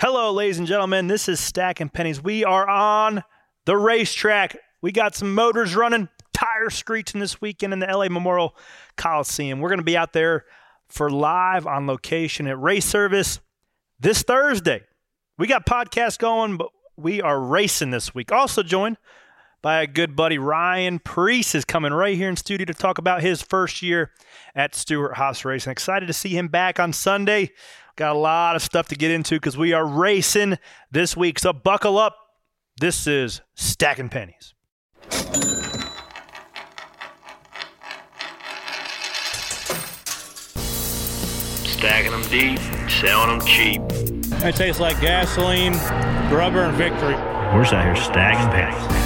Hello, ladies and gentlemen. This is Stack and Pennies. We are on the racetrack. We got some motors running, tire screeching this weekend in the LA Memorial Coliseum. We're going to be out there for live on location at Race Service this Thursday. We got podcasts going, but we are racing this week. Also joined by a good buddy, Ryan Priest, is coming right here in studio to talk about his first year at Stewart Haas Racing. Excited to see him back on Sunday. Got a lot of stuff to get into because we are racing this week. So buckle up. This is Stacking Pennies. Stacking them deep, selling them cheap. It tastes like gasoline, rubber, and victory. We're just out here stacking pennies.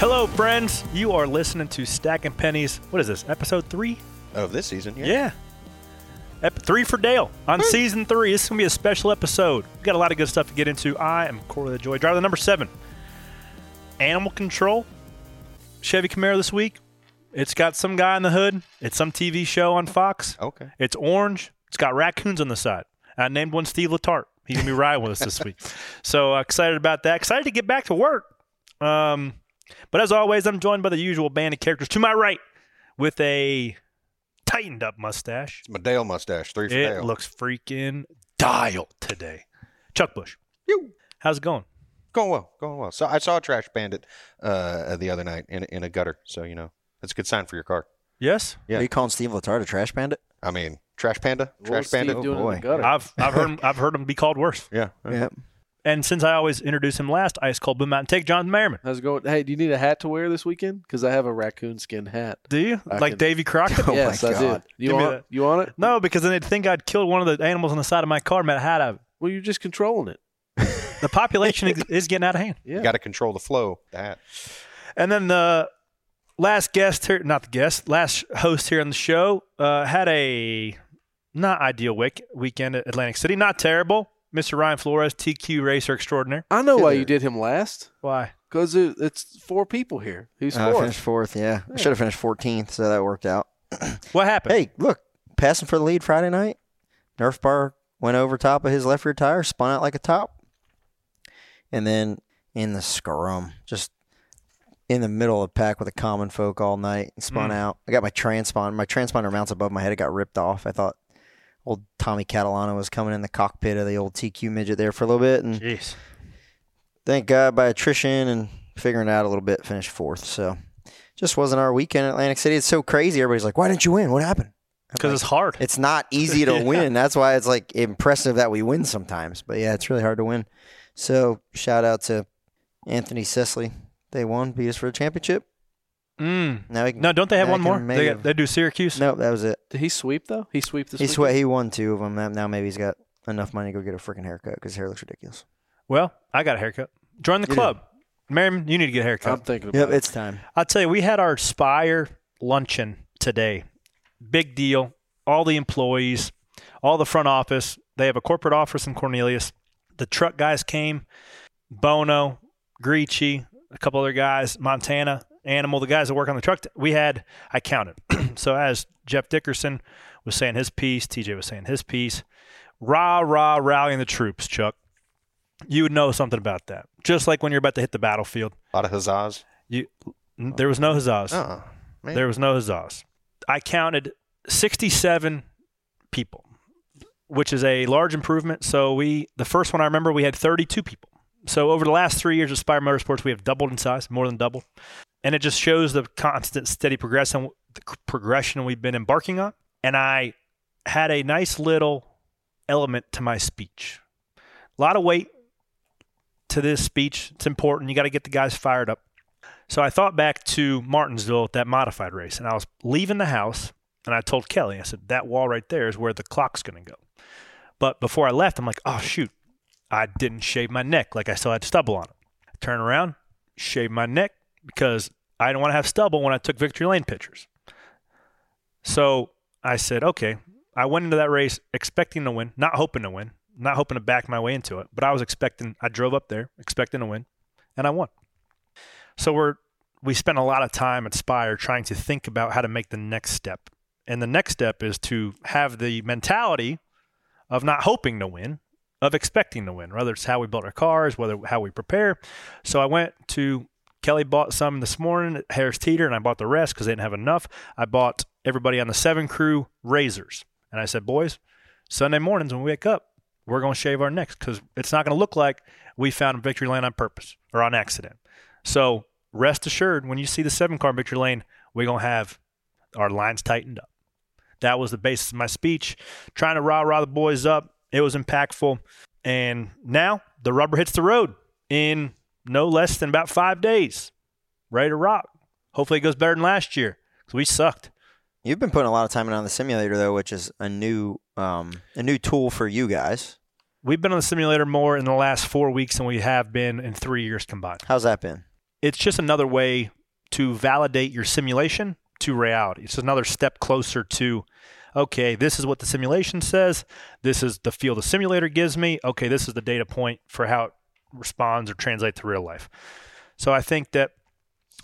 Hello, friends. You are listening to Stacking Pennies. What is this? Episode three? Of this season, yeah. Yeah. Ep- three for Dale on season three. This is going to be a special episode. we got a lot of good stuff to get into. I am Corey the Joy. Driver the number seven. Animal Control. Chevy Camaro this week. It's got some guy in the hood. It's some TV show on Fox. Okay. It's orange. It's got raccoons on the side. I named one Steve Letarte. He's going to be riding with us this week. So uh, excited about that. Excited to get back to work. Um, but as always, I'm joined by the usual band of characters to my right with a tightened up mustache. It's my Dale mustache, three for It Dale. looks freaking dialed today. Chuck Bush, Phew. how's it going? going well, going well. So I saw a trash bandit uh, the other night in, in a gutter. So you know that's a good sign for your car. Yes, Yeah. Are you calling Steve Letard a trash bandit? I mean, trash panda, What trash was panda. Steve doing in the Oh, boy. Uh, gutter? I've I've heard him, I've heard him be called worse. Yeah. Yep. And since I always introduce him last, ice cold boom out and take John Merriman. How's it going? Hey, do you need a hat to wear this weekend? Because I have a raccoon skin hat. Do you I like can- Davy Crockett? Oh my yes, I God. did. You Give me want? that. You want it? No, because then they'd think I'd killed one of the animals on the side of my car and made a hat out of it. Well, you're just controlling it. The population is- is getting out of hand. Yeah. Got to control the flow. That. And then the last guest here, not the guest, last host here on the show uh, had a not ideal week, weekend at Atlantic City. Not terrible. Mr. Ryan Flores, TQ racer extraordinaire. I know why Killer. you did him last. Why? Because it, it's four people here. Who's Uh, I fourth? finished fourth. Yeah, I should have finished 14th, so that worked out. What happened? Hey, look, passing for the lead Friday night. Nerf bar went over top of his left rear tire, spun out like a top, and then in the scrum, just in the middle of the pack with the common folk all night, and spun Mm. out. I got my transponder. My transponder mounts above my head. It got ripped off. I thought old Tommy Catalano was coming in the cockpit of the old TQ midget there for a little bit, and Jeez. thank God by attrition and figuring it out a little bit, finished fourth. So just wasn't our weekend in Atlantic City. It's so crazy. Everybody's like, why didn't you win? What happened? Because it's hard. It's not easy to Yeah. win. That's why it's like impressive that we win sometimes. But yeah, it's really hard to win. So shout out to Anthony Cecily. They won, beat us for the championship. Mm. Now we can, No, don't they have Yeah, I one can more? make They, it. got, they do Syracuse. nope, that was it. Did he sweep though? He sweep this. He weekend? sweat. He won two of them. Now maybe he's got enough money to go get a freaking haircut because his hair looks ridiculous. Well, I got a haircut. Join the You do. club. Merriman, you need to get a haircut. I'm thinking about. Yep, it. it's time. I'll tell you, we had our Spire luncheon today. Big deal. All the employees, all the front office. They have a corporate office in Cornelius. The truck guys came. Bono, Greachy, a couple other guys, Montana, Animal, the guys that work on the truck. We had, I counted. so as Jeff Dickerson was saying his piece, TJ was saying his piece. Rah, rah, rallying the troops, Chuck. You would know something about that. Just like when you're about to hit the battlefield. A lot of huzzas. You, n- there was no huzzas. Oh, man. There was no huzzas. I counted 67 people, which is a large improvement. So we, the first one I remember, we had 32 people. So over the last three years of Spire Motorsports, we have doubled in size, more than doubled, and it just shows the constant, steady progression, the c- progression we've been embarking on. And I had a nice little element to my speech. A lot of weight to this speech. It's important. You got to get the guys fired up. So I thought back to Martinsville at that modified race, and I was leaving the house, and I told Kelly, I said, that wall right there is where the clock's going to go. But before I left, I'm like, oh, shoot, I didn't shave my neck. Like I still had stubble on it. I turn around, shave my neck because I didn't want to have stubble when I took Victory Lane pictures. So I said, okay, I went into that race expecting to win, not hoping to win, not hoping to back my way into it, but I was expecting, I drove up there expecting to win, and I won. So we're we spent a lot of time at Spire trying to think about how to make the next step. And the next step is to have the mentality of not hoping to win, of expecting to win, whether it's how we build our cars, whether how we prepare. So I went to Kelly bought some this morning at Harris Teeter, and I bought the rest because they didn't have enough. I bought everybody on the seven crew razors, and I said, boys, Sunday mornings when we wake up, we're going to shave our necks because it's not going to look like we found victory lane on purpose or on accident. So rest assured, when you see the seven car victory lane, we're going to have our lines tightened up. That was the basis of my speech, trying to rah rah the boys up. It was impactful. And now the rubber hits the road in no less than about five days. Ready to rock. Hopefully it goes better than last year because we sucked. You've been putting a lot of time in on the simulator though, which is a new um, a new tool for you guys. We've been on the simulator more in the last four weeks than we have been in three years combined. How's that been? it's just another way to validate your simulation to reality. It's another step closer to, okay, this is what the simulation says. This is the feel the simulator gives me. Okay, this is the data point for how it responds or translates to real life. So I think that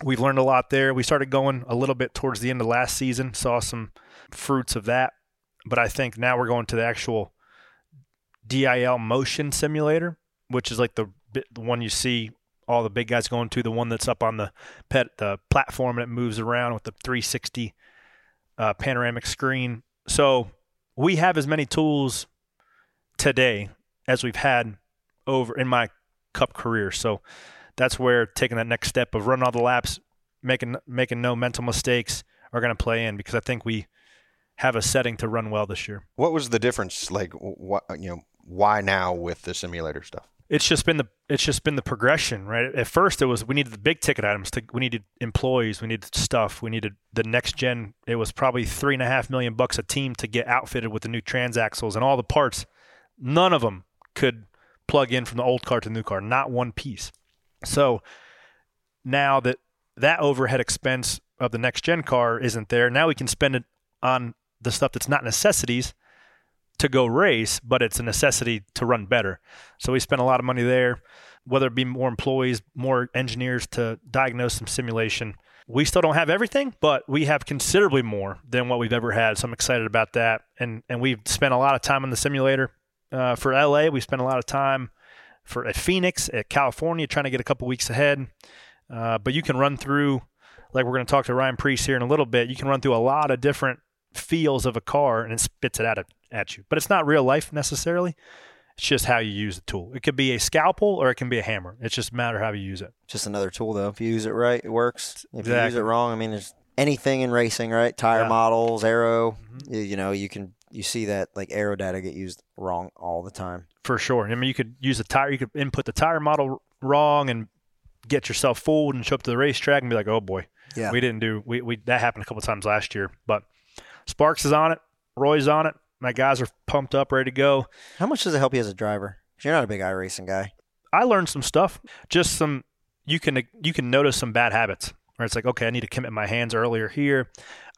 we've learned a lot there. We started going a little bit towards the end of last season, saw some fruits of that. But I think now we're going to the actual DIL motion simulator, which is like the, bit- the one you see all the big guys going to, the one that's up on the pet the platform and it moves around with the 360 uh, panoramic screen. So we have as many tools today as we've had over in my cup career. So that's where taking that next step of running all the laps, making making no mental mistakes are going to play in because I think we have a setting to run well this year. What was the difference? Like, what you know, why now with the simulator stuff? it's just been the it's just been the progression, right? At first, it was we needed the big ticket items. To, we needed employees. We needed stuff. We needed the next gen. It was probably three and a half million bucks a team to get outfitted with the new transaxles and all the parts. None of them could plug in from the old car to the new car. Not one piece. So now that that overhead expense of the next gen car isn't there, now we can spend it on the stuff that's not necessities to go race, but it's a necessity to run better. So we spent a lot of money there, whether it be more employees, more engineers to diagnose some simulation. We still don't have everything, but we have considerably more than what we've ever had. So I'm excited about that. And and we've spent a lot of time on the simulator. Uh, for LA, we spent a lot of time for at Phoenix, at California, trying to get a couple weeks ahead. Uh, but you can run through, like we're going to talk to Ryan Priest here in a little bit. You can run through a lot of different feels of a car, and it spits it out at, at you. But it's not real life necessarily. It's just how you use the tool. It could be a scalpel or it can be a hammer. It's just a matter how you use it. Just another tool though. If you use it right, it works. If you use Exactly. it wrong, I mean, there's anything in racing, right? Tire Yeah. Mm-hmm. models, aero. You, you know, you can you see that like aero data get used wrong all the time. For sure. I mean, you could use a tire. You could input the tire model wrong and get yourself fooled and show up to the racetrack and be like, "Oh boy, Yeah. we didn't do we, we that happened a couple times last year." But Sparks is on it. Roy's on it. My guys are pumped up, ready to go. How much does it help you as a driver? 'Cause You're not a big iRacing guy. I learned some stuff. Just some you can you can notice some bad habits where it's like, okay, I need to commit my hands earlier here.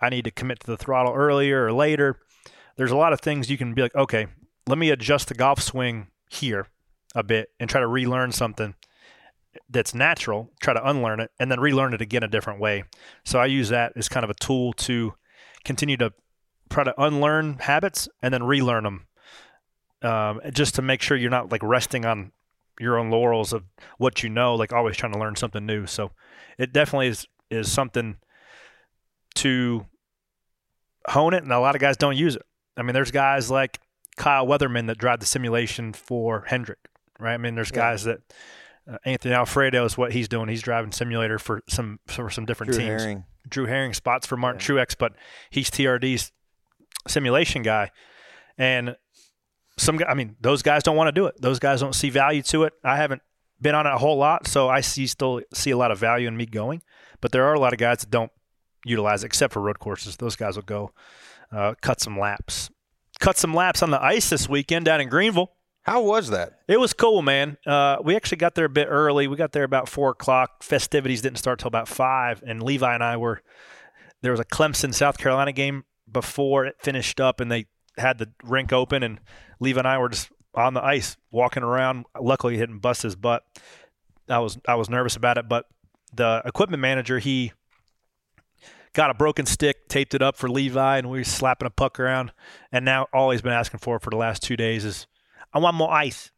I need to commit to the throttle earlier or later. There's a lot of things you can be like, okay, let me adjust the golf swing here a bit and try to relearn something that's natural, try to unlearn it and then relearn it again a different way. So I use that as kind of a tool to continue to try to unlearn habits and then relearn them. Um, just to make sure you're not like resting on your own laurels of what you know, like always trying to learn something new. So it definitely is is something to hone it and a lot of guys don't use it. I mean, there's guys like Kyle Weatherman that drive the simulation for Hendrick, right? I mean, there's Yeah. guys that uh, Anthony Alfredo is what he's doing. He's driving simulator for some for some different Drew teams. Herring. Drew Herring spots for Martin Truex, but he's TRD's simulation guy. And some guy, I mean, those guys don't want to do it. Those guys don't see value to it. I haven't been on it a whole lot, so I see still see a lot of value in me going. But there are a lot of guys that don't utilize it, except for road courses. Those guys will go uh, cut some laps, cut some laps on the ice this weekend down in Greenville. How was that? It was cool, man. Uh, we actually got there a bit early. We got there about four o'clock. Festivities didn't start till about five, and Levi and I were. There was a Clemson South Carolina game before it finished up, and they had the rink open, and Levi and I were just on the ice walking around. Luckily, he didn't bust his butt. I was I was nervous about it, but the equipment manager he got a broken stick, taped it up for Levi, and we were slapping a puck around. And now all he's been asking for for the last two days is, I want more ice.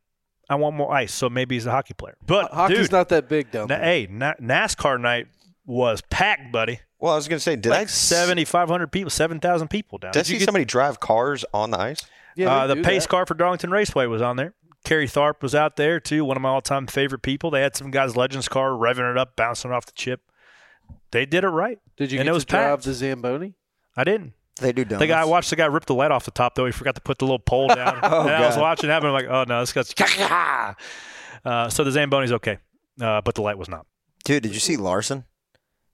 I want more ice. So maybe he's a hockey player. But Hockey's dude, not that big, though. na- hey, na- NASCAR night was packed, buddy. Well, I was going to say, did I like s- seventy five hundred people, seven thousand people down. Did I there. see somebody drive cars on the ice? Yeah, uh, they the do pace that. car for Darlington Raceway was on there. Kerry Tharp was out there too, one of my all time favorite people. They had some guy's Legends car revving it up, bouncing off the chip. They did it right. Did you and get it to was drive packed. the Zamboni? I didn't. They do donuts. The guy I watched the guy rip the light off the top though. He forgot to put the little pole down. and I was God. watching that, but I'm like, oh no, this guy's. uh, so the Zamboni's okay, uh, but the light was not. Dude, did you see Larson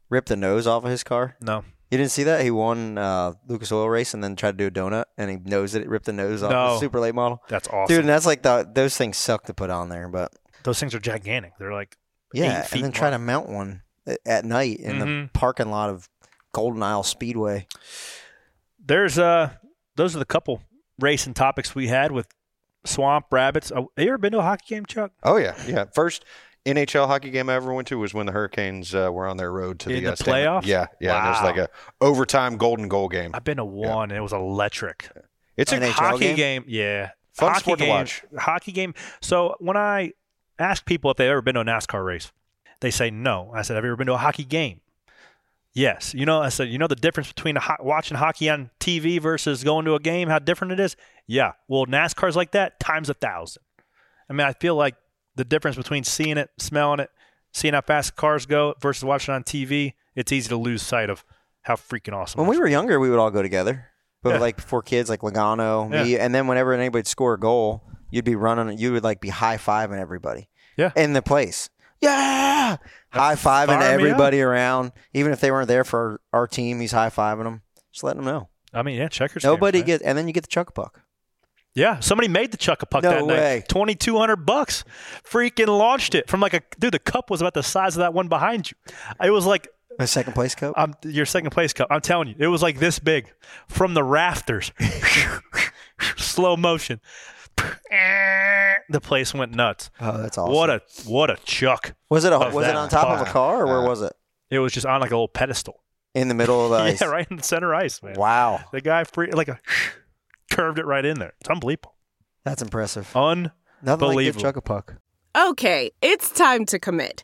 rip the nose off of his car? No, You didn't see that? He won uh, Lucas Oil Race and then tried to do a donut and he nosed it, ripped the nose off No. the super late model. that's awesome. Dude, and that's like the, those things suck to put on there, but Those things are gigantic. They're like Eight yeah, feet and then try to mount one a- at night in the Mhm. parking lot of Golden Isle Speedway. there's uh those are the couple racing topics we had with swamp rabbits. Oh, you ever been to a hockey game, Chuck? Oh yeah, yeah. First NHL hockey game I ever went to was when the Hurricanes uh, were on their road to In the, the uh, Stanley- playoffs? Yeah, yeah. and It was Wow. like a overtime golden goal game. I've been to one. and It was electric. It's a NHL hockey game? game? yeah. Fun hockey sport to game- watch. Hockey game. So when I ask people if they've ever been to a NASCAR race, they say no. I said, "Have you ever been to a hockey game?" Yes. You know, I said, "You know the difference between a ho- watching hockey on TV versus going to a game? How different it is?" Yeah. Well, NASCAR's like that times a thousand. I mean, I feel like the difference between seeing it, smelling it, seeing how fast cars go versus watching on TV, it's easy to lose sight of how freaking awesome. When it we is. were younger, we would all go together. But Yeah. like before kids, like Logano, Yeah. me, and then whenever anybody'd score a goal, you'd be running, you would like be high fiving everybody. Yeah. In the place. Yeah. High fiving firing me up. everybody around. Even if they weren't there for our, our team, he's high fiving them. Just letting them know. I mean, yeah, checkers. games, Nobody man. gets, and then you get the chuck a puck. Yeah, somebody made the chuck a puck No that way. night. Twenty two hundred bucks, freaking launched it from like a dude. The cup was about the size of that one behind you. It was like A second place cup. um, your second place cup. I'm telling you, it was like this big from the rafters. Slow motion. The place went nuts. Oh, that's awesome. What a what a chuck! was it? A, of was it that on top of a puck. car, or where was it? It was just on like a little pedestal. In the middle of the ice. Yeah, right in the center ice, man. Wow, The guy free like a curved it right in there. It's unbelievable. that's impressive. Un. Nothing like Believable. good chuck a puck. Okay, it's time to commit.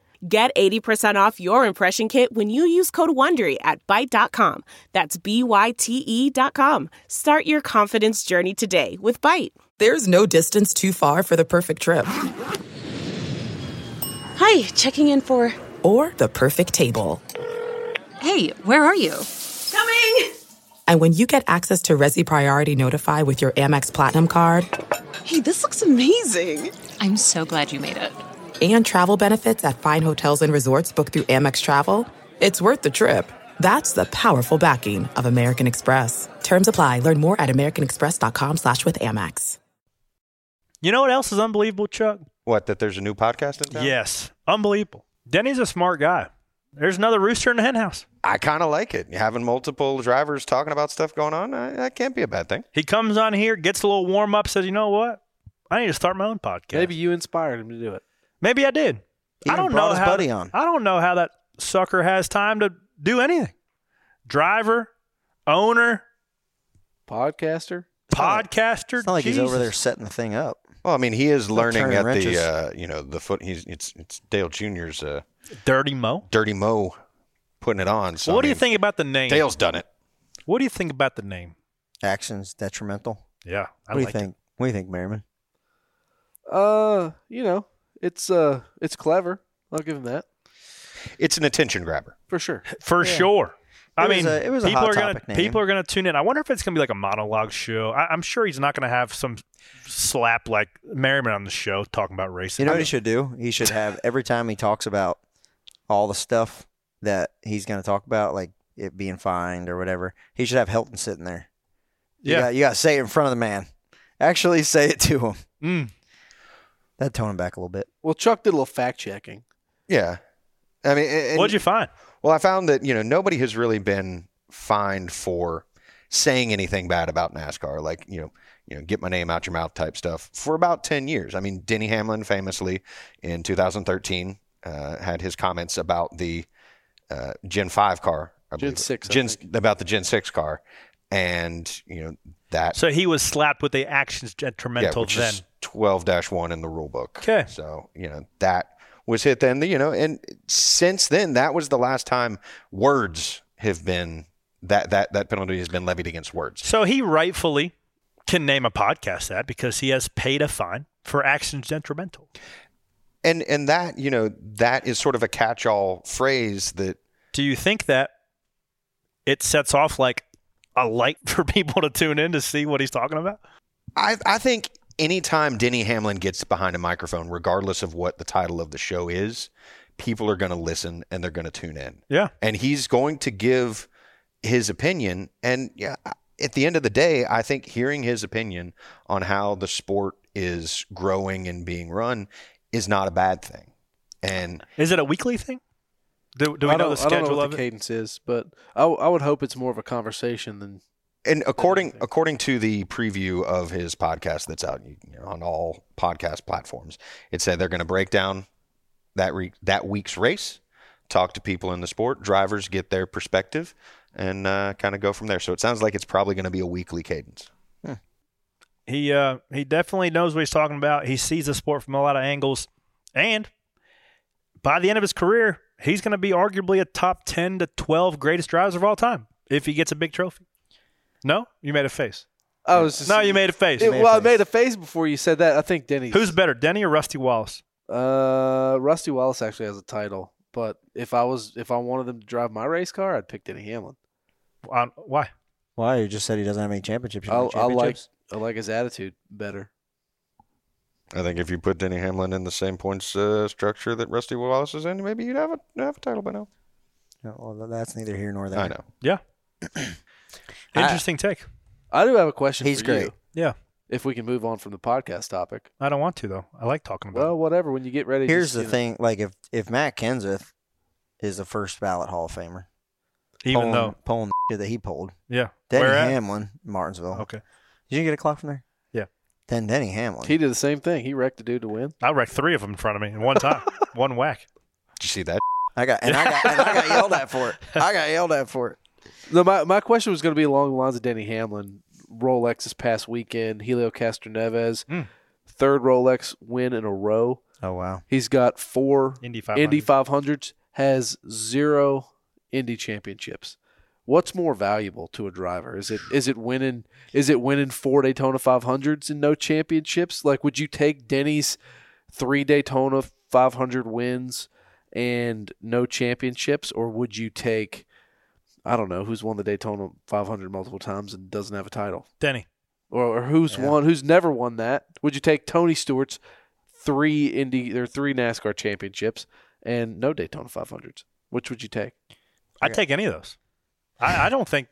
Get 80% off your impression kit when you use code WONDERY at Byte.com. That's B-Y-T-E E dot com. Start your confidence journey today with Byte. There's no distance too far for the perfect trip Hi, checking in for. or the perfect table. Hey, where are you? And when you get access to Resi Priority Notify with your Amex Platinum card Hey, this looks amazing. I'm so glad you made it. and travel benefits at fine hotels and resorts booked through Amex Travel, it's worth the trip. That's the powerful backing of American Express. Terms apply. Learn more at americanexpress.com slash with Amex. You know what else is unbelievable, Chuck? What? That there's a new podcast in town? Yes, unbelievable. Denny's a smart guy. There's another rooster in the hen house. I kind of like it. Having multiple drivers talking about stuff going on, uh, that can't be a bad thing. He comes on here, gets a little warm up, says, "You know what? I need to start my own podcast." Maybe you inspired him to do it. maybe I did. He I even don't brought know his how. buddy on. I don't know how that sucker has time to do anything. Driver, owner, Podcaster. podcaster. It's not like he's over there Jesus. setting the thing up. Well, I mean, he is learning turning at wrenches. the uh, you know the foot. He's it's it's Dale Junior's uh, Dirty Mo. dirty mo putting it on. So what I do you mean, think about the name? Dale's done it. What do you think about the name? Actions detrimental. Yeah, I What do you like think? What do you think, Merriman? Uh, you know, it's uh, it's clever. I'll give him that It's an attention grabber. for sure. it for sure. I It was mean, a- it was a people Hot are gonna Topic name. people are gonna tune in. I wonder if it's gonna be like a monologue show. I, I'm sure he's not gonna have some slap like Merriman on the show talking about racism. You know what he should do? He should have every time he talks about all the stuff that he's going to talk about, like it being fined or whatever. He should have Helton sitting there, You Yeah. got- you got to say it in front of the man. Actually, say it to him. Mm. That tone him back a little bit. Well, Chuck did a little fact checking. Yeah. I mean, and, What'd you find? Well, I found that you know nobody has really been fined for saying anything bad about NASCAR, like you know, you know, get my name out your mouth type stuff for about ten years. I mean, Denny Hamlin famously in 2013 uh, had his comments about the uh, Gen Five car, I Gen believe it- six, I Gen think. about the Gen Six car, and you know that So he was slapped with the actions detrimental which then. is 12-1 in the rule book. Okay. So, you know, that was hit then, you know, and since then that was the last time words have been that that that penalty has been levied against words. So he rightfully can name a podcast that because he has paid a fine for actions detrimental. And and that, you know, that is sort of a catch-all phrase that Do you think that it sets off like a light for people to tune in to see what he's talking about? I I think anytime Denny Hamlin gets behind a microphone regardless of what the title of the show is, people are going to listen and they're going to tune in. Yeah. and he's going to give his opinion. And yeah, at the end of the day, I think hearing his opinion on how the sport is growing and being run is not a bad thing. And Is it a weekly thing? Do, do we I know don't, the I don't schedule know what of the it? cadence is, but I, w- I would hope it's more of a conversation than and according according to the preview of his podcast that's out you know, on all podcast platforms, it said they're going to break down that re- that week's race, talk to people in the sport, drivers get their perspective, and uh, kind of go from there. So it sounds like it's probably going to be a weekly cadence. He uh, he definitely knows what he's talking about. He sees the sport from a lot of angles, and by the end of his career, he's going to be arguably a top ten to twelve greatest drivers of all time if he gets a big trophy. No, you made a face. I was. Just, No, you made a face. It- made a well, I face. made a face before you said that. I think Denny. Who's better, Denny or Rusty Wallace? Uh, Rusty Wallace actually has a title, but if I was if I wanted them to drive my race car, I'd pick Denny Hamlin. Uh, why? Why? You just said he doesn't have any championships. You I, want I like championships? I like his attitude better. I think if you put Denny Hamlin in the same points uh, structure that Rusty Wallace is in, maybe you'd have a have a title by now. No, well, that's neither here nor there. I know. Yeah. I- Interesting take. I do have a question. He's for great. you, Yeah, if we can move on from the podcast topic, I don't want to though. I like talking about. well, whatever. When you get ready, Here's just, the you know- thing: like if if Matt Kenseth is the first ballot Hall of Famer, it, even pulling, though, pulling the shit that he pulled, yeah. Denny Where at? Hamlin, Martinsville. Okay, Did you get a clock from there? Yeah. Then Denny Hamlin. He did the same thing. He wrecked a dude to win. I wrecked three of them in front of me in one time, one whack. Did you see that? I got and I got and I got yelled at for it. I got yelled at for it. No, my, my question was going to be along the lines of Denny Hamlin, Rolex this past weekend, Helio Castro Neves, Mm. third Rolex win in a row. Oh wow. He's got four Indy five. Indy 500s, has zero Indy championships. What's more valuable to a driver? Is it is it winning is it winning four Daytona 500s and no championships? Like would you take Denny's three Daytona 500 wins and no championships or would you take I don't know who's won the Daytona 500 multiple times and doesn't have a title? Denny. or, or who's Yeah. won, who's never won that? Would you take Tony Stewart's three Indy or three NASCAR championships and no Daytona 500s? Which would you take? I'd take any of those. I, I don't think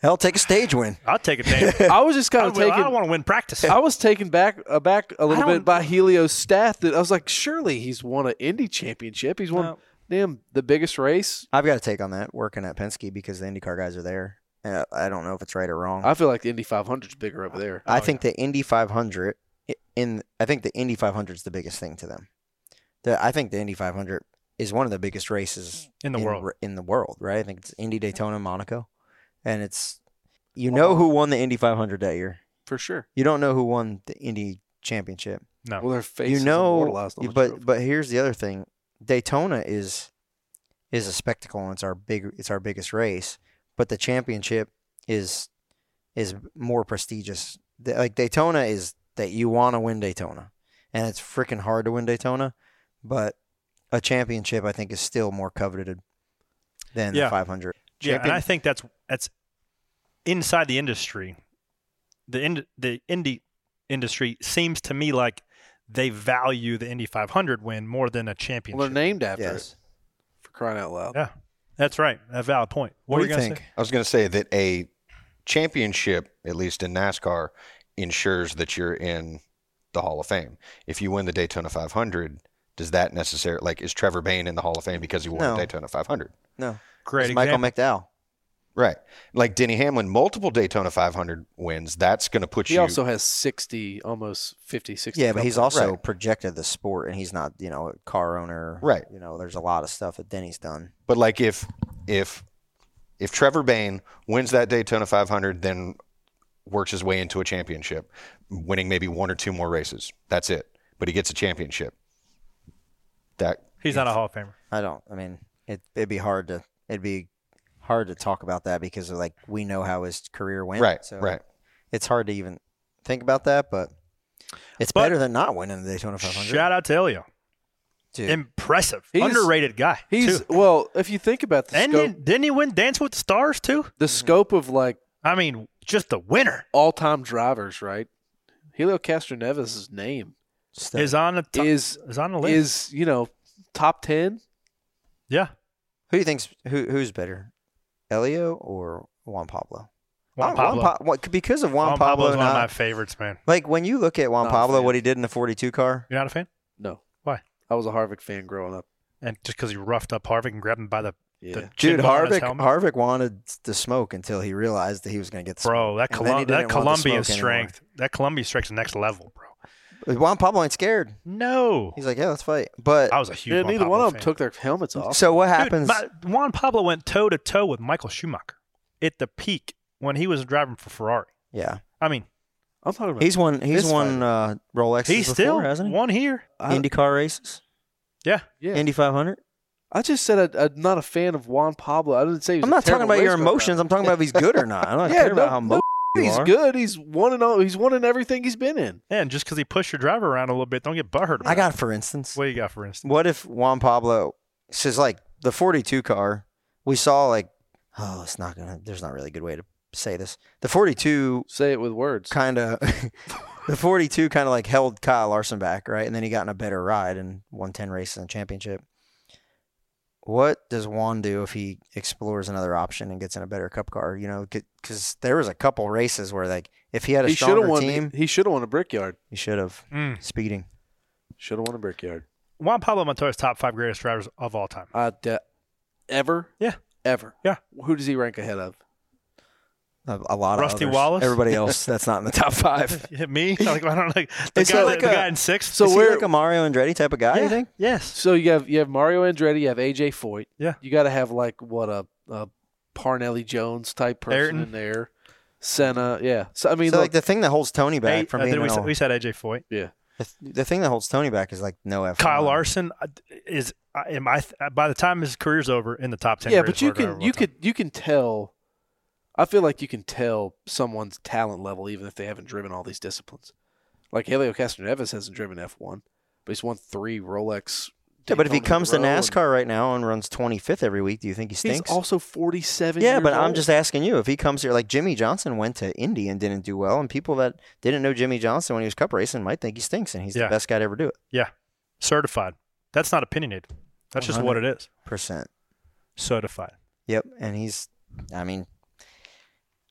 Hell, take a stage win. I'll take a damn. I was just I, kind of will, I don't taken. want to win practice. I was taken back aback a little I don't- bit by Helio's stat that I was like, surely he's won an Indy championship. He's won No. damn the biggest race. I've got to take on that working at Penske because the IndyCar guys are there. Uh, I don't know if it's right or wrong. I feel like the Indy 500's bigger over there. I think the Indy 500 i- in I think the Indy 500 is the biggest thing to them. The, I think the Indy 500 is one of the biggest races In the world. r- in the world, right? I think it's Indy Daytona Monaco, and it's you know who won the Indy 500 that year. for sure. You don't know who won the Indy championship. no. Well, their face you know, immortalized on the but trophy. but here's the other thing: Daytona is is a spectacle, and it's our big it's our biggest race. But the championship is is more prestigious. The- Like Daytona is that you want to win Daytona, and it's freaking hard to win Daytona. But a championship, I think, is still more coveted than Yeah. the 500. yeah, and champion- I think that's that's inside the industry. The ind- the indie industry seems to me like they value the Indy 500 win more than a championship. well, they're named after Yes. it for crying out loud. Yeah, that's right. A valid point. What, do were you you gonna think? say? I was going to say that a championship, at least in NASCAR, ensures that you're in the Hall of Fame. If you win the Daytona 500, does that necessarily like is Trevor Bain in the Hall of Fame because he won No. the Daytona 500? No. Great It's example. Michael McDowell. Right. Like Denny Hamlin, multiple Daytona 500 wins. That's going to put He you. also has 60, almost 50, 60. Yeah, but he's also Right. projected the sport, and he's not, you know, a car owner. Right. You know, there's a lot of stuff that Denny's done. But like if if if Trevor Bain wins that Daytona 500, then works his way into a championship, winning maybe one or two more races. That's it. But he gets a championship. That He's not a Hall of Famer. I don't. I mean, it, it'd be hard to. It'd be hard to talk about that because of, like we know how his career went. right, So right. It's hard to even think about that, but it's But- better than not winning the Daytona 500. Shout out to Elio. Dude. Impressive. He's- Underrated guy. He's too. well, if you think about the And Mm-hmm. scope, didn't, didn't he win Dance with the Stars too? the scope of like I mean, just a winner all-time drivers, right? Helio Castro Neves' name Stuff. is on the top, is is on the list. is you know top ten. yeah, who do you think's who? Who's better, Elio or Juan Pablo? Juan Uh, Pablo. Pa- what- because of Juan, Juan Pablo, Pablo's one of not- my favorites, man. like when you look at Juan Not a Pablo, fan. what he did in the 42 car. You're not a fan? No, Why? I was a Harvick fan growing up. And just because he roughed up Harvick and grabbed him by the, Yeah, the chin Dude, bone on his Harvick helmet. Harvick wanted to smoke until he realized that he was going to get the bro, that And then he Colum- that didn't want the Colombian smoke anymore. strength, that Colombian strength's next level, bro. smoke. Juan Pablo ain't scared. No, He's like, yeah, let's fight. But I was a huge. Yeah, Juan neither Pablo one of them fan. took their helmets off. so what Dude, happens? my- Juan Pablo went toe to toe with Michael Schumacher at the peak when he was driving for Ferrari. yeah, I mean, I'm talking about he's won. He's This won fighter. uh, Rolex. he's before, still hasn't he? Uh, one here. I- IndyCar races, Yeah, yeah. Indy 500. I just said I, I'm not a fan of Juan Pablo. I didn't say he was I'm not a talking terrible about your race car emotions. I'm talking about if he's good or not. I don't driver. yeah, care about no, how no, mo- you he's are. good. He's won in all. He's won in everything he's been in. and just because he pushed your driver around a little bit, don't get butthurt. about I it. got, for instance, What do you got for instance? what if Juan Pablo says like the 42 car? We saw like, oh, it's not gonna. There's not really a good way to say this. The 42 Say it with words. kind of the 42 kind of like held Kyle Larson back, right? And then he got in a better ride and won 10 races in the championship. What does Juan do if he explores another option and gets in a better cup car? You know, because there was a couple races where like if he had a He should stronger have won. team, He should have won a brickyard. he should have Mm. speeding. Should have won a brickyard. Juan Pablo Montoya's top five greatest drivers of all time. Uh, de- ever, Yeah, ever. Yeah. Who does he rank ahead of? A, a lot of Rusty others. Wallace? Everybody else that's not in the top five. Hit me? Like, I don't like the, Is guy, that that- like the a- guy in sixth. uh, So Is he where- like a Mario Andretti type of guy? You think? Yes. So you have you have Mario Andretti, you have AJ Foyt. Yeah. You got to have like what a, a Parnelli Jones type person Ayrton. in there. Senna, yeah. So I mean, so look, like the thing that holds Tony back Hey, from uh, being then we, an said, all, we said AJ Foyt. yeah. the, th- the thing that holds Tony back is like no F. Kyle Larson uh, is I- am I th- by the time his career's over in the top ten. Yeah, greatest but you car driver can of you all time. could you can tell. I feel like you can tell someone's talent level even if they haven't driven all these disciplines. Like Helio Castroneves hasn't driven F one, but he's won three Rolex. Yeah, but if he Daytonas in a comes to row, and NASCAR right now and runs 25th every week, do you think he he's stinks? also forty seven. yeah, but I'm just asking you. If he comes here, like Jimmy Johnson went to Indy and didn't do well, and people that didn't know Jimmy Johnson when he was cup racing might think he stinks and he's Yeah. the best guy to ever do it. yeah certified. That's not opinionated. That's just what it is. Percent. Certified. Yep. And he's, I mean,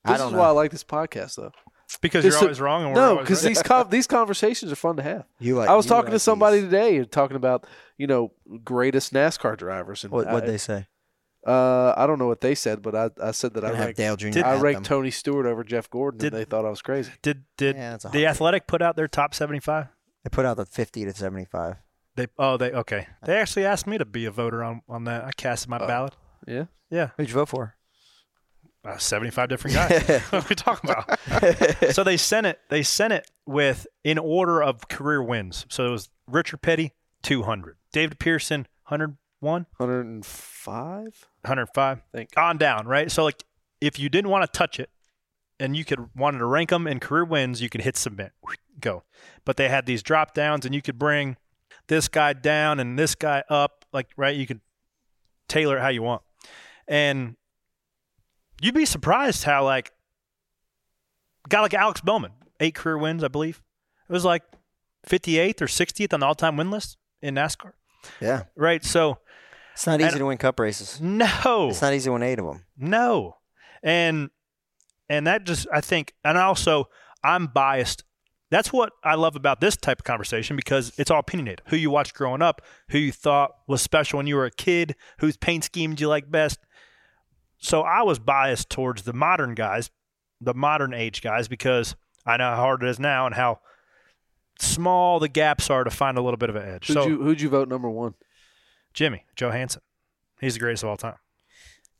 This I don't is know. why I like this podcast though. Because Just you're so- always wrong. And we're No, always because right. these con these conversations are fun to have. you like, I was you talking like to somebody these- today, talking about you know greatest NASCAR drivers, and What I, what they say? uh, I don't know what they said, but I, I said that I Gonna have ranked, Dale Jr. did- I at ranked them. Tony Stewart over Jeff Gordon, Did- and they thought I was crazy. did did Yeah, that's a hot the take. Athletic put out their top seventy five? They put out the 50 to 75. They oh they okay. They actually asked me to be a voter on on that. I casted my ballot. Yeah, Yeah, Who'd you vote for? uh, seventy five different guys. what are we talking about? so they sent it. They sent it with in order of career wins. So it was Richard Petty, two hundred. David Pearson, 101, hundred and five. 105. Think. On down, right? So like, if you didn't want to touch it, and you could wanted to rank them in career wins, you could hit submit, go. But they had these drop downs, and you could bring this guy down and this guy up, like right? You could tailor it how you want, and you'd be surprised how like guy like Alex Bowman, eight career wins, I believe. It was like 58th or 60th on the all-time win list in NASCAR, Yeah. right? So It's not I easy don't- to win cup races. no, It's not easy to win eight of them. no. And And that just, I think, and also I'm biased. That's what I love about this type of conversation because it's all opinionated. Who you watched growing up, who you thought was special when you were a kid, whose paint scheme do you like best. So I was biased towards the modern guys, the modern age guys, because I know how hard it is now and how small the gaps are to find a little bit of an edge. Who'd so you who'd you vote number one? Jimmy Johansson, he's the greatest of all time.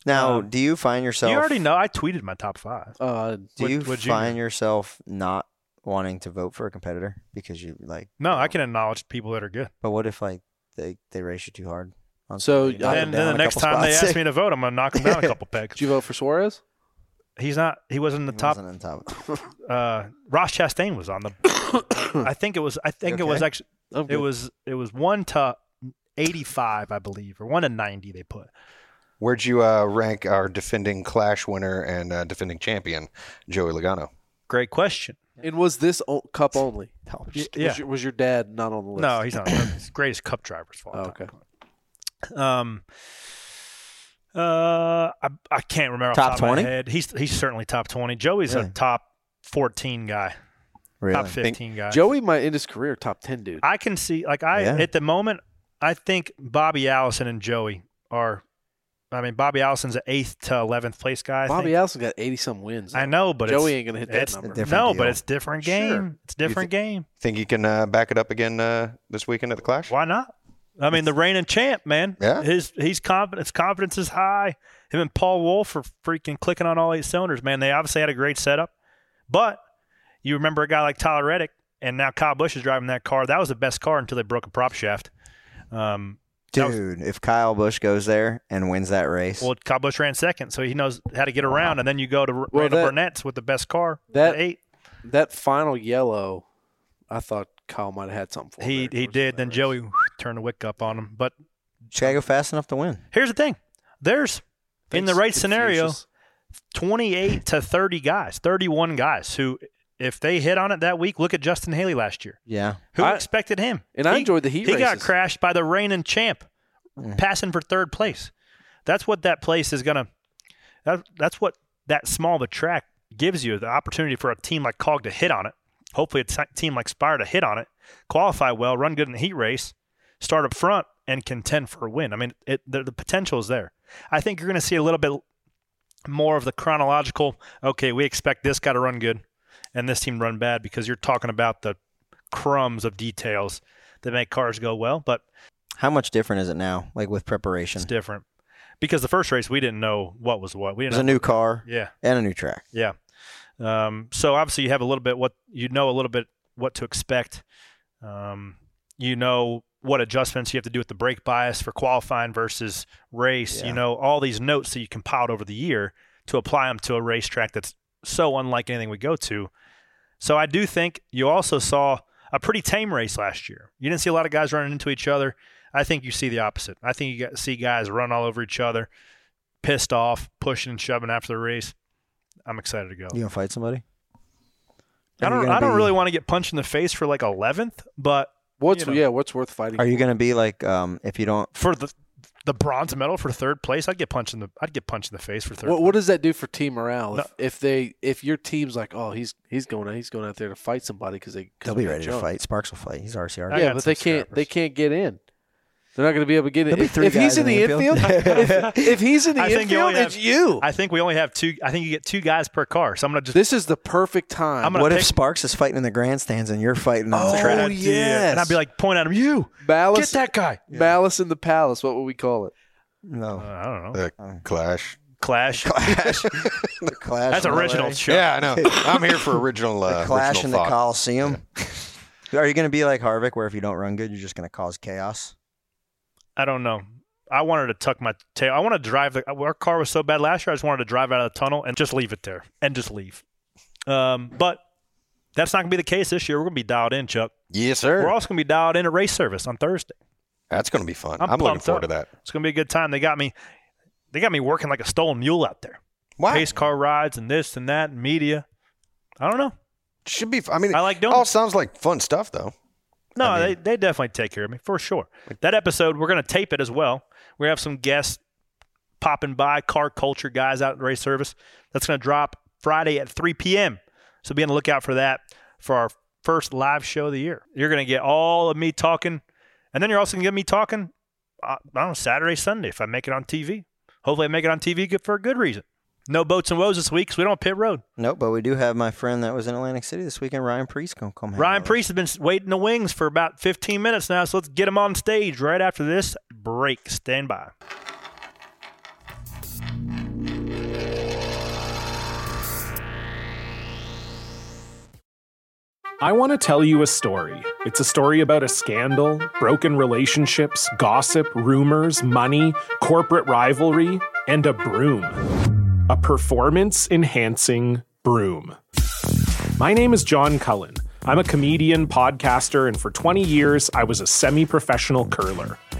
Now, Um, do you find yourself you already know I tweeted my top five. Uh, Do what- you what junior? find yourself not wanting to vote for a competitor because you like? No, I can acknowledge people that are good. But what if like they they race you too hard? On So, something, you knock Knock uh, Then, them down then a the next couple time they spots? ask me to vote, I'm gonna knock him down a couple pegs. did you vote for Suarez? He's not. He wasn't in the He top. wasn't in top. Uh, Ross Chastain was on the. I think it was. I think it was okay? actually. I'm It good. was. It was one to eighty-five, I believe, or one to ninety. They put. Where'd you uh, rank our defending Clash winner and uh, defending champion, Joey Logano? Great question. and was this o- cup only? No, Y- just- yeah. Was, your, was your dad not on the list? No, he's not. He's the greatest cup drivers of all Oh, time. okay. Um, uh, I, I can't remember off the Top top 20? 20? He's he's certainly top twenty. Joey's Really? a top fourteen guy, really? top fifteen guy. Joey might end his career top ten dude. I can see like I Yeah. at the moment I think Bobby Allison and Joey are. I mean, Bobby Allison's an eighth to eleventh place guy. I Bobby think. Allison got eighty some wins. I know, but Joey it's, ain't gonna hit that it's- number. Different no, but deal. it's different Sure. game. It's different game. Think you can uh, back it up again uh, this weekend at the Clash? Why not? I mean, the reigning champ, man. Yeah. His he's confidence confidence is high. Him and Paul Wolf are freaking clicking on all eight cylinders, man. They obviously had a great setup, but you remember a guy like Tyler Reddick, and now Kyle Bush is driving that car. That was the best car until they broke a prop shaft. Um, that was- Dude, if Kyle Bush goes there and wins that race, well, Kyle Bush ran second, so he knows how to get around. And then you go to R- Well, Randall that- Burnett's with the best car. that- the eight. that final yellow, I thought Kyle might have had something for. He there he towards the end did. of Then that race. Joey whew, turned the wick up on him. But Chicago fast enough to win. here's the thing: there's in the Thanks, right scenario. Confucius. 28 to 30 guys, 31 guys who, if they hit on it that week, look at Justin Haley last year. Yeah, Who I- expected him? and I enjoyed the heat He got races. crashed by the reigning champ, passing for third place. That's what that place is gonna. That, that's what that small of a track gives you the opportunity for a team like Cog to hit on it. Hopefully, a t- team like Spire to hit on it, qualify well, run good in the heat race, start up front, and contend for a win. I mean, it, the, the potential is there. I think you're going to see a little bit more of the chronological. Okay, we expect this guy to run good, and this team to run bad because you're talking about the crumbs of details that make cars go well, but how much different is it now? Like with preparation, it's different because the first race we didn't know what was what. We it didn't. was a new car yeah, and a new track. yeah. Um, so obviously you have a little bit what you know a little bit what to expect. Um, you know what adjustments you have to do with the brake bias for qualifying versus race. You Yeah. know all these notes that you compiled over the year to apply them to a racetrack that's so unlike anything we go to. So I do think you also saw a pretty tame race last year. You didn't see a lot of guys running into each other. I think you see the opposite. I think you got- see guys run all over each other, pissed off, pushing and shoving after the race. I'm excited to go. You gonna fight somebody? I Are don't. you gonna Oh. I don't be- really want to get punched in the face for like 11th, but What's you know. yeah? What's worth fighting? Are you gonna be like um if you don't? for the the bronze medal for third place, I'd get punched in the. I'd get punched in the face for third. What, place. what does that do for team morale? If, No. if they if your team's like, oh, he's he's going out, he's going out there to fight somebody because they They'll be ready to fight. Sparks will fight. He's RCR. I Yeah, got but some they can't scrappers. they can't get in. They're not going to be able to get in. There'll be If, three if he's guys in the in the infield, if, if he's in the I think you infield, only it's have- you. I think we only have two. I think you get two guys per car. So I'm gonna just. Oh, This is the perfect time. I'm gonna What pick if Sparks is fighting in the grandstands and you're fighting on Oh, the Brad, track? dude, yes. and I'd be like, point at him. You Malice, get that guy. Malice in the Palace. What would we call it? No, Uh, I don't know. The Clash. Clash. Clash. the clash. That's in the original. Way. Chuck. yeah, I know. I'm here for original. Uh, The clash original in the thought. Coliseum. Are you gonna be like Harvick, where if you don't run good, you're just gonna cause chaos? I don't know. I wanted to tuck my tail. I want to drive. The, our car was so bad last year. I just wanted to drive out of the tunnel and just leave it there and just leave. Um, but that's not gonna be the case this year. We're gonna be dialed in, Chuck. Yes, We're sir. also gonna be dialed in at race service on Thursday. That's going to be fun. I'm I'm, looking pumped forward up. to that. It's gonna be a good time. They got me. They got me working like a stolen mule out there. Wow. Pace car rides and this and that and media. I don't know. Should be. f- I mean, I like doing All it. sounds like fun stuff, though. No, I mean- they, they definitely take care of me for sure. That episode, we're going to tape it as well. We have some guests popping by, car culture guys out at race service. That's going to drop Friday at 3 p.m. So be on the lookout for that for our first live show of the year. You're going to get all of me talking, and then you're also going to get me talking. uh, I don't know Saturday, Sunday if I make it on TV. Hopefully, I make it on TV good for a good reason. No boats and woes this week, so we don't have pit road. Nope, but we do have my friend that was in Atlantic City this weekend, Ryan Priest, gonna come. hang Ryan out with us. Priest has been waiting in the wings for about 15 minutes now, so let's get him on stage right after this break. Stand by. I want to tell you a story. It's a story about a scandal, broken relationships, gossip, rumors, money, corporate rivalry, and a broom. A performance enhancing broom. My name is John Cullen. I'm a comedian, podcaster, and for 20 years, I was a semi professional curler.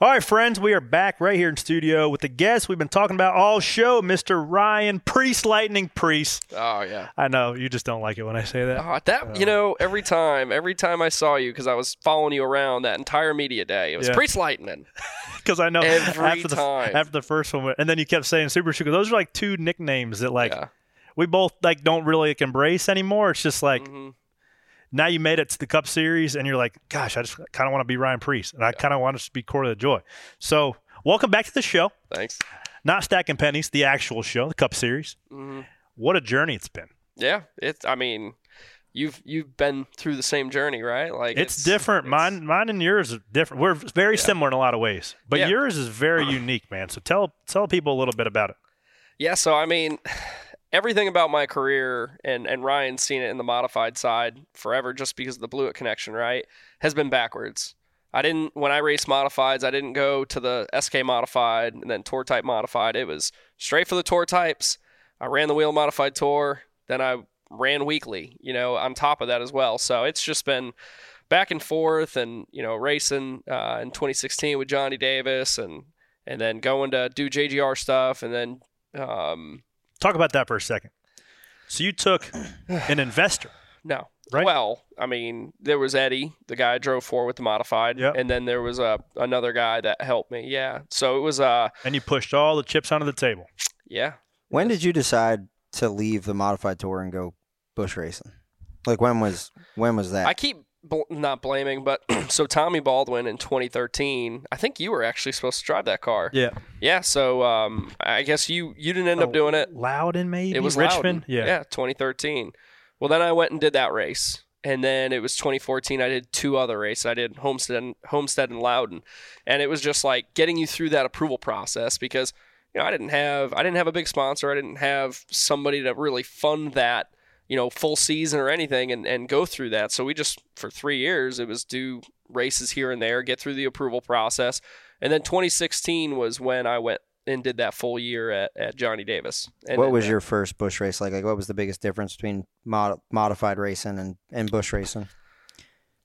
All right, friends, we are back right here in studio with the guest we've been talking about all show, Mr. Ryan Priest, Lightning Priest. Oh yeah. I know you just don't like it when I say that. Uh, Oh, that you know, every time, every time I saw you, because I was following you around that entire media day, it was Yeah. Priest Lightning. because I know Every after the time. after the first one, and then you kept saying Super Shuka. Those are like two nicknames that like we both like don't really like, embrace anymore. It's just like Mm-hmm. now you made it to the Cup Series, and you're like, gosh, I just kind of want to be Ryan Priest, and I kind of want to be Corey the Joy. So welcome back to the show. Thanks. Not stacking pennies, the actual show, the Cup Series. Mhm. What a journey it's been. Yeah. It's. I mean, you've you've been through the same journey, right? Like It's, different. mine, mine, and yours are different. We're very similar in a lot of ways, but Yeah. yours is very unique, man. So tell tell people a little bit about it. Yeah, so I mean, everything about my career and and Ryan's seen it in the modified side forever, just because of the Blewett connection, right? Has been backwards. I didn't when I raced modifieds, I didn't go to the SK modified and then tour type modified. It was straight for the tour types. I ran the wheel modified tour, then I ran weekly, you know, on top of that as well. So it's just been back and forth and, you know, racing uh, in 2016 with Johnny Davis and and then going to do JGR stuff and then um, Talk about that for a second. So you took an investor. No. Right? Well, I mean, there was Eddie, the guy I drove for with the modified, and then there was uh, another guy that helped me. Yeah. So it was uh and you pushed all the chips onto the table. yeah. When did you decide to leave the modified tour and go bush racing? Like when was when was that? I keep bl- not blaming, but so Tommy Baldwin in 2013, I think you were actually supposed to drive that car. Yeah. Yeah, so um I guess you you didn't end up doing it. Loudon, maybe. It was Richmond. Loudon. Yeah. Yeah, 2013. Well, then I went and did that race. And then it was 2014. I did two other races. I did Homestead and, Homestead and Loudon. And it was just like getting you through that approval process because you know, I didn't have I didn't have a big sponsor. I didn't have somebody to really fund that, you know, full season or anything and, and go through that. So we just for 3 years it was do races here and there, get through the approval process. And then 2016 was when I went and did that full year at, at Johnny Davis. And what then was that- your first bush race like? Like what was the biggest difference between mod- modified racing and, and bush racing?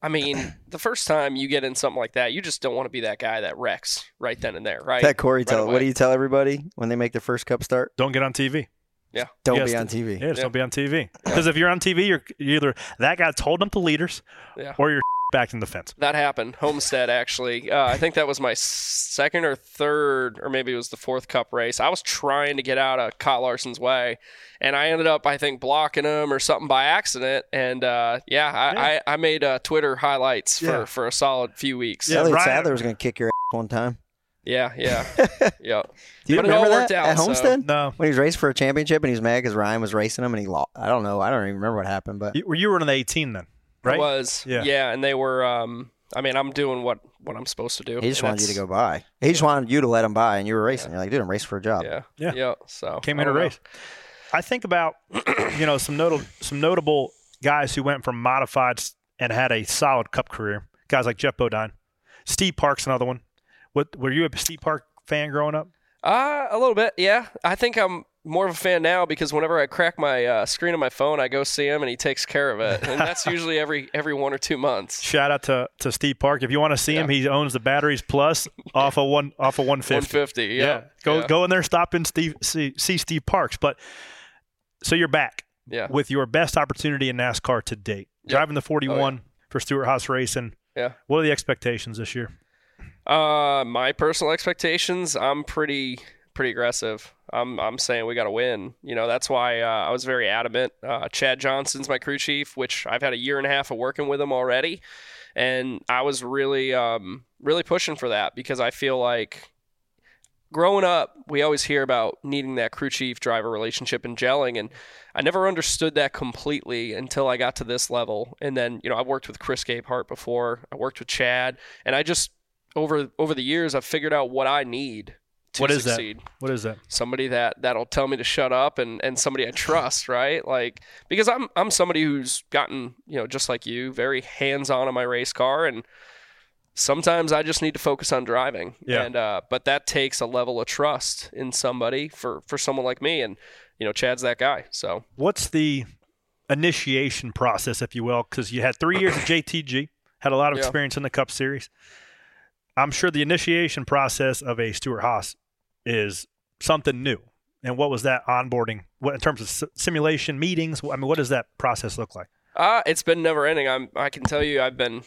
I mean, the first time you get in something like that, you just don't want to be that guy that wrecks right then and there, right? that Corey Right tell away. what do you tell everybody when they make their first cup start? Don't get on TV. Yeah. Don't Yes, be on th- TV. Yeah, just don't be on TV. Because if you're on TV, you're you're either that guy told them to leaders, Yeah. or you're back in the fence. That happened. Homestead, actually. Uh, I think that was my second or third, or maybe it was the fourth cup race. I was trying to get out of Kyle Larson's way, and I ended up, I think, blocking him or something by accident. And uh, yeah, I, I, I made uh, Twitter highlights for, Yeah. for a solid few weeks. Elliot Sadler was going to kick your ass one time. Yeah, yeah. yeah. Do you but remember it all that worked out. at so- Homestead? no. When he was racing for a championship and he was mad because Ryan was racing him and he lost. I don't know. I don't even remember what happened, but You, were- you were on the 18 then, right? It was. Yeah. Yeah. and they were. Um, I mean, I'm doing what what I'm supposed to do. he just and wanted you to that's- go by. He just wanted you to let him by, and you were racing. You're like, dude, I'm racing for a job. Yeah. Yeah. Yeah. So Came I in a don't know. race. I think about you know some notable some notable guys who went from modifieds and had a solid Cup career. Guys like Jeff Bodine, Steve Park's another one. What were you a Steve Park fan growing up? Uh, a little bit, yeah. I think I'm more of a fan now because whenever I crack my uh, screen on my phone, I go see him and he takes care of it, and that's usually every every one or two months. Shout out to, to Steve Park. If you want to see him, he owns the batteries plus off of one off of one One fifty. fifty, yeah. Go yeah. go in there, stop in Steve see, see Steve Parks. But so you're back. Yeah. With your best opportunity in NASCAR to date. Driving the forty one for Stuart Haas Racing. Oh, Yeah. What are the expectations this year? Uh, my personal expectations, I'm pretty pretty aggressive. I'm I'm saying we got to win. You know, that's why uh, I was very adamant. Uh, Chad Johnson's my crew chief, which I've had a year and a half of working with him already, and I was really um really pushing for that because I feel like growing up, we always hear about needing that crew chief driver relationship and gelling. And I never understood that completely until I got to this level. And then, you know, I worked with Chris Gabehart before, I worked with Chad, and I just, over over the years, I've figured out what I need to What is succeed. that? What is that? Somebody that that'll tell me to shut up and and somebody I trust, right? Like because I'm I'm somebody who's gotten, you know, just like you, very hands-on on my race car and sometimes I just need to focus on driving. Yeah. And uh, but that takes a level of trust in somebody for for someone like me, and you know Chad's that guy. So What's the initiation process, if you will? Because you had three years at JTG, had a lot of Yeah. experience in the Cup Series. I'm sure the initiation process of a Stuart Haas is something new. And what was that onboarding? What in terms of si- simulation meetings? I mean, what does that process look like? Uh, it's been never ending. I'm I can tell you I've been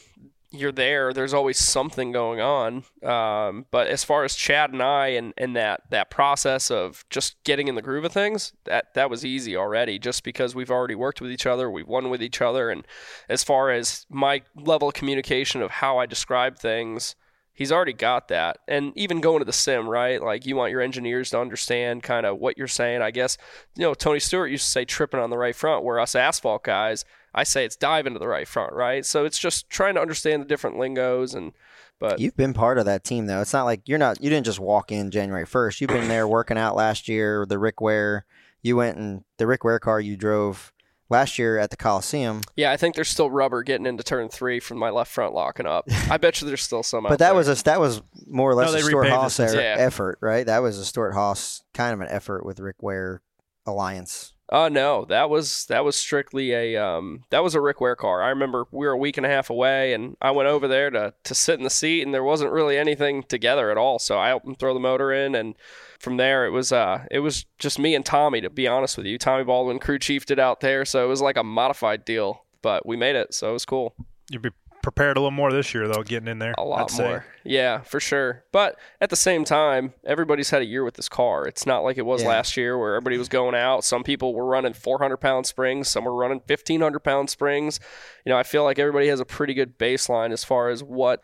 you're there. There's always something going on. Um, but as far as Chad and I and, and that that process of just getting in the groove of things, that that was easy already just because we've already worked with each other, we've won with each other and as far as my level of communication of how I describe things, he's already got that. And even going to the sim, right? Like you want your engineers to understand kind of what you're saying. I guess you know Tony Stewart used to say tripping on the right front, where us asphalt guys, I say it's diving to the right front, right? So it's just trying to understand the different lingos and. But You've been part of that team though. It's not like you're not. You didn't just walk in January first. You've been there working out last year. The Rick Ware. You went and the Rick Ware car you drove last year at the Coliseum. yeah, I think there's still rubber getting into turn three from my left front locking up. I bet you there's still some. out But that there. was a that was more or No, less they a Stuart repaved Haas it since- er- Yeah. effort, right? That was a Stuart Haas kind of an effort with Rick Ware alliance. Uh no, that was that was strictly a um that was a Rick Ware car. I remember we were a week and a half away and I went over there to to sit in the seat and there wasn't really anything together at all. So I helped him throw the motor in and from there it was uh it was just me and Tommy to be honest with you. Tommy Baldwin crew chief did out there, so it was like a modified deal, but we made it, so it was cool. You'd be prepared a little more this year, though, getting in there. A lot more. Yeah, for sure. But at the same time, everybody's had a year with this car. It's not like it was Yeah. last year where everybody was going out. Some people were running 400 pound springs, some were running 1500 pound springs. You know, I feel like everybody has a pretty good baseline as far as what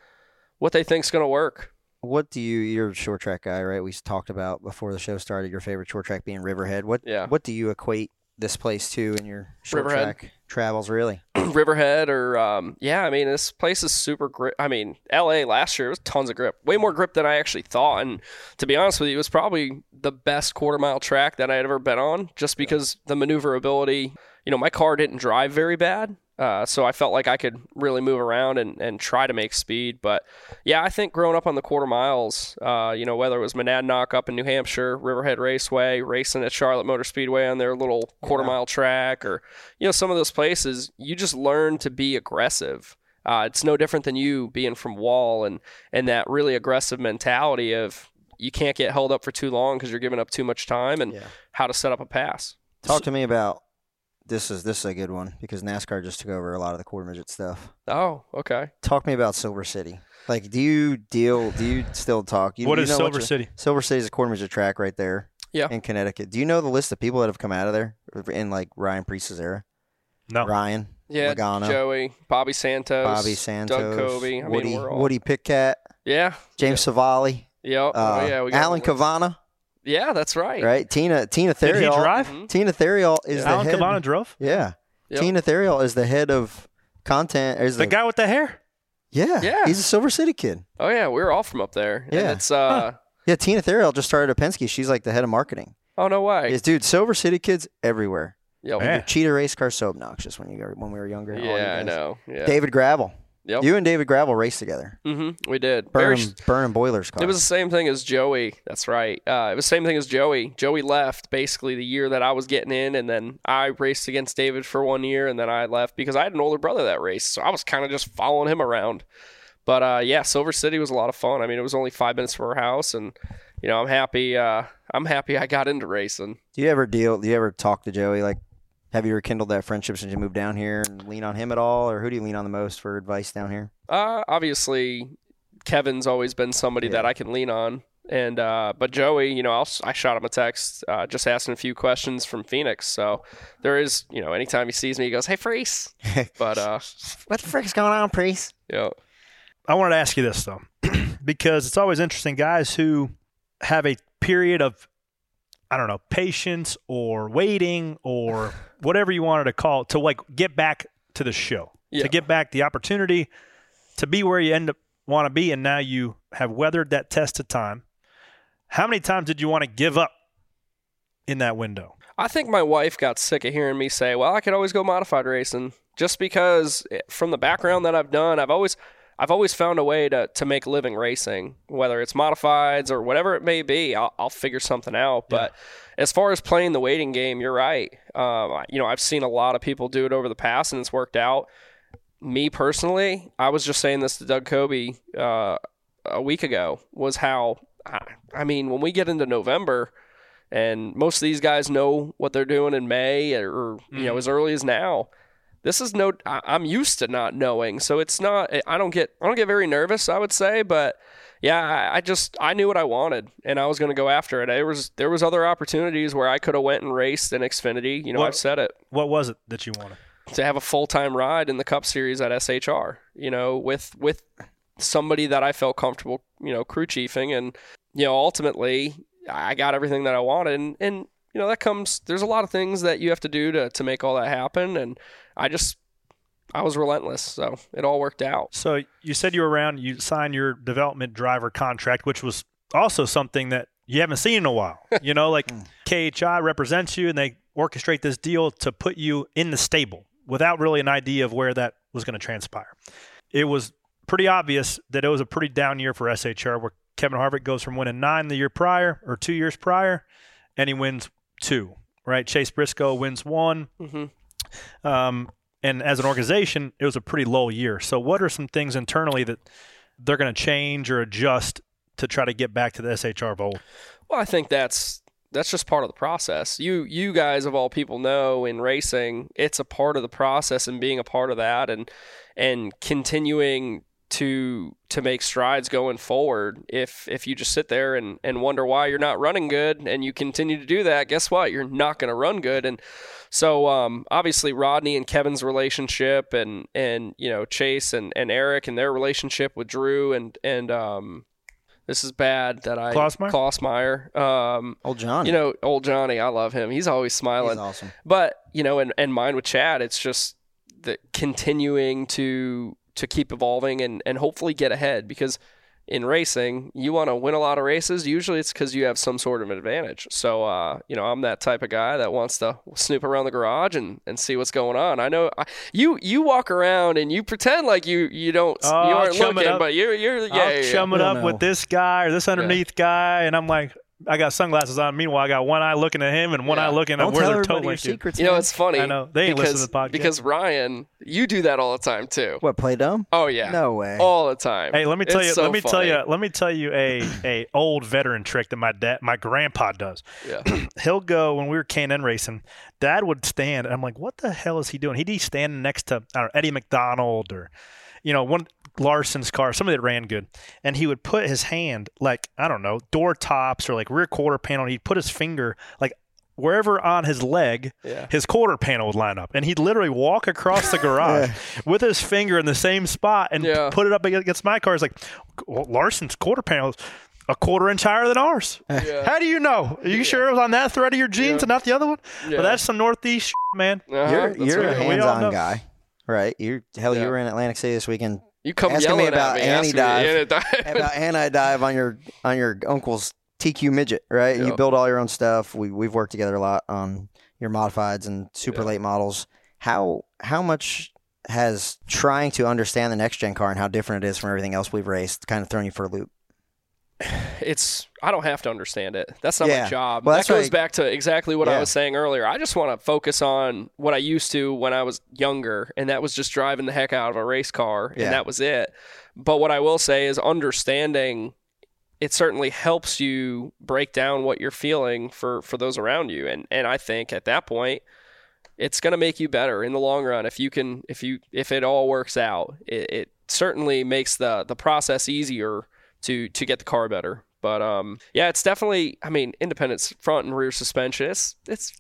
what they think's going to work. What do you? You're a short track guy, right? We talked about before the show started your favorite short track being Riverhead. What? Yeah. What do you equate this place to in your short Riverhead. track travels? Really? Riverhead or um, yeah, I mean this place is super grip. I mean L.A. last year was tons of grip, way more grip than I actually thought. And to be honest with you, it was probably the best quarter mile track that I had ever been on, just because the maneuverability. You know, my car didn't drive very bad, uh, so I felt like I could really move around and, and try to make speed. But yeah, I think growing up on the quarter miles, uh, you know, whether it was Monadnock up in New Hampshire, Riverhead Raceway, racing at Charlotte Motor Speedway on their little quarter mile track, or you know, some of those places, you just learn to be aggressive. Uh, it's no different than you being from Wall and and that really aggressive mentality of you can't get held up for too long because you're giving up too much time and how to set up a pass. Talk to me about this. Is this is a good one because NASCAR just took over a lot of the quarter midget stuff. Oh, okay. Talk to me about Silver City. Like, do you deal? Do you still talk? You, What you is know Silver your- City? Silver City is a quarter midget track right there. Yeah. In Connecticut, do you know the list of people that have come out of there in like Ryan Priest's era? No. Ryan. Yeah, Logano, Joey, Bobby Santos, Bobby Doug Santos, Covey. I Woody, mean, we're all Woody Pitcat, yeah, James Savali, uh, Yep. Oh, yeah, we got Alan Cavana, yeah. That's right. right? Tina Tina Therial. Did he drive? Mhm. Tina Therial is Yeah. the Alan head. Cavana drove. Yeah. Yep. Tina Therial is the head of content. Is the, guy with the hair. Yeah. Yeah. He's a Silver City kid. Oh yeah, we were all from up there. Yeah. And it's uh Yeah. Tina Therial just started at Penske. She's like the head of marketing. oh no way. It's, dude, Silver City kids everywhere. Yep. And the Cheetah race car so obnoxious when you were- when we were younger. all you Yeah, I guys. know. Yeah. David Gravel. Yep. You and David Gravel raced together. Mm-hmm. We did. Very Burnham, sh- Burnham Boilers car. It was the same thing as Joey. That's right. Uh, it was the same thing as Joey. Joey left basically the year that I was getting in, and then I raced against David for one year, and then I left because I had an older brother that raced, so I was kind of just following him around. But uh, yeah, Silver City was a lot of fun. I mean, it was only five minutes from our house, and you know, I'm happy. Uh, I'm happy I got into racing. do you ever deal? Do you ever talk to Joey? Like, have you rekindled that friendship since you moved down here and lean on him at all, or who do you lean on the most for advice down here? Uh, obviously, Kevin's always been somebody that I can lean on, and uh, but Joey, you know, I'll, si shot him a text uh, just asking a few questions from Phoenix. So there is, you know, anytime he sees me, he goes, "Hey, Freeze," but uh, What the frick's going on, Priest? yeah, I wanted to ask you this though, because it's always interesting. Guys who have a period of, I don't know, patience or waiting or whatever you wanted to call it, to like get back to the show, Yeah. to get back the opportunity to be where you end up want to be, and now you have weathered that test of time. How many times did you want to give up in that window? I think my wife got sick of hearing me say, "Well, I could always go modified racing," just because eh, from the background that I've done, I've always I've always found a way to, to make a living racing, whether it's modifieds or whatever it may be. I'll, I'll figure something out. But as far as playing the waiting game, you're right. Um, I- you know, I've seen a lot of people do it over the past, and it's worked out. Me personally, I was just saying this to Doug Kobe uh, a week ago was how I, I mean, when we get into November, and most of these guys know what they're doing in May or, or, you Mm-hmm. know as early as now. This is no, I, I'm used to not knowing, so it's not. I don't get, I don't get very nervous. I would say, but yeah, I, I just I knew what I wanted, and I was going to go after it. There was there was other opportunities where I could have went and raced in Xfinity. You know, What- I've said it What was it that you wanted? to have a full time ride in the Cup Series at SHR. You know, with with somebody that I felt comfortable, you know, crew chiefing, and you know, ultimately, I got everything that I wanted, and, and you know, that comes. There's a lot of things that you have to do to to make all that happen, and I just I was relentless, so it all worked out. So you said you were around. You signed your development driver contract, which was also something that you haven't seen in a while. You know, like KHI represents you, and they orchestrate this deal to put you in the stable without really an idea of where that was going to transpire. It was pretty obvious that it was a pretty down year for SHR, where Kevin Harvick goes from winning nine the year prior or two years prior, and he wins two. Right, Chase Briscoe wins one. Mm-hmm. Um, and as an organization, it was a pretty low year. So, what are some things internally that they're going to change or adjust to try to get back to the SHR bowl? Well, I think that's that's just part of the process. You you guys of all people know in racing, it's a part of the process and being a part of that and and continuing to to make strides going forward. If if you just sit there and and wonder why you're not running good and you continue to do that, guess what? You're not going to run good and so um, obviously Rodney and Kevin's relationship and and you know Chase and, and Eric and their relationship with Drew and and um, this is bad that I Klausmeyer? Klausmeyer. Um, old Johnny. You know, old Johnny. I love him. He's always smiling. He's awesome. But you know, and and mine with Chad, it's just the continuing to to keep evolving and and hopefully get ahead because in racing you want to win a lot of races usually it's because you have some sort of advantage so uh, you know i'm that type of guy that wants to snoop around the garage and, and see what's going on i know I, you you walk around and you pretend like you you don't Oh, you I'll aren't chum it looking up. but you're you're yeah, I'll yeah, yeah. chum it up with this guy or this underneath guy, and I'm like, I got sunglasses on. Meanwhile, I got one eye looking at him and one eye looking Don't at where tell they're everybody totally your secrets, to. You know, it's funny. I know. They ain't because, listening to the podcast. Because Ryan, you do that all the time too. What play dumb? Oh yeah. No way. All the time. Hey, let me tell It's you. so let me tell funny. you. Let me tell you a a old veteran trick that my dad, my grandpa does. Yeah. He'll go when we were K&N racing. Dad would stand, and I'm like, "What the hell is he doing?" He'd be standing next to I don't know, Eddie McDonald or, you know, one Larson's car, somebody that ran good, and he would put his hand like I don't know, door tops or like rear quarter panel. And he'd put his finger like. Wherever on his leg, Yeah. his quarter panel would line up, and he'd literally walk across the garage with his finger in the same spot and Yeah. put it up against my car. It's like well, Larson's quarter panel is a quarter inch higher than ours. Yeah. How do you know? Are you sure it was on that thread of your jeans and not the other one? Yeah. But that's some northeast shit, man. Uh-huh, you're that's you're a right. We all know. hands-on guy, right? You hell, Yeah. you were in Atlantic City this weekend. You come asking yelling me about at me, anti asking me dive, anti-dive. about anti dive on your on your uncle's TQ midget, right? Yeah. You build all your own stuff. We we've worked together a lot on your modifieds and super late models. How how much has trying to understand the next gen car and how different it is from everything else we've raced kind of thrown you for a loop? it's I don't have to understand it. That's not my Yeah. job. Well, that that's goes right. back to exactly what I Yeah. was saying earlier. I just want to focus on what I used to when I was younger, and that was just driving the heck out of a race car, Yeah. and that was it. But what I will say is understanding it certainly helps you break down what you're feeling for for those around you and and I think at that point it's going to make you better in the long run if you can if you if it all works out it, it certainly makes the the process easier to to get the car better but um yeah it's definitely i mean independence front and rear suspension it's it's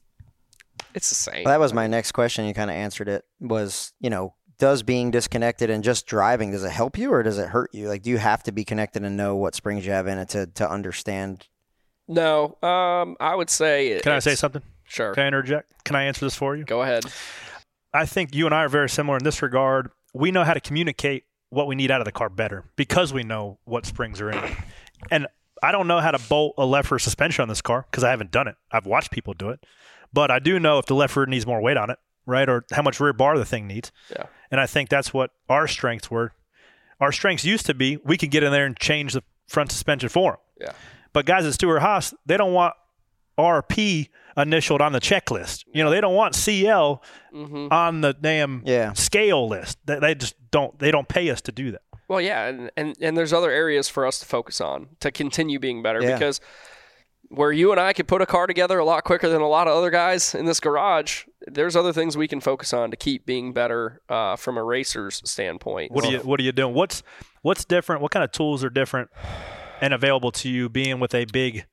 it's the same Well, that was my next question. You kind of answered it. Was you know, does being disconnected and just driving does it help you or does it hurt you? Like, do you have to be connected and know what springs you have in it to to understand? no um i would say it, Can I say it's- something? sure Can I interject? Can I answer this for you? go ahead I think you and I are very similar in this regard. We know how to communicate what we need out of the car better because we know what springs are in it. And I don't know how to bolt a left rear suspension on this car because I haven't done it. I've watched people do it, but I do know if the left rear needs more weight on it, right, or how much rear bar the thing needs. Yeah. And I think that's what our strengths were. Our strengths used to be we could get in there and change the front suspension for them. yeah But guys at Stuart Haas, they don't want RP initialed on the checklist. You know, they don't want CL mm-hmm. on the damn Yeah. scale list. They, they just don't. They don't pay us to do that. Well, yeah, and, and and there's other areas for us to focus on to continue being better Yeah. because where you and I could put a car together a lot quicker than a lot of other guys in this garage, there's other things we can focus on to keep being better uh, from a racer's standpoint. What are you What are you doing? What's What's different? What kind of tools are different and available to you being with a big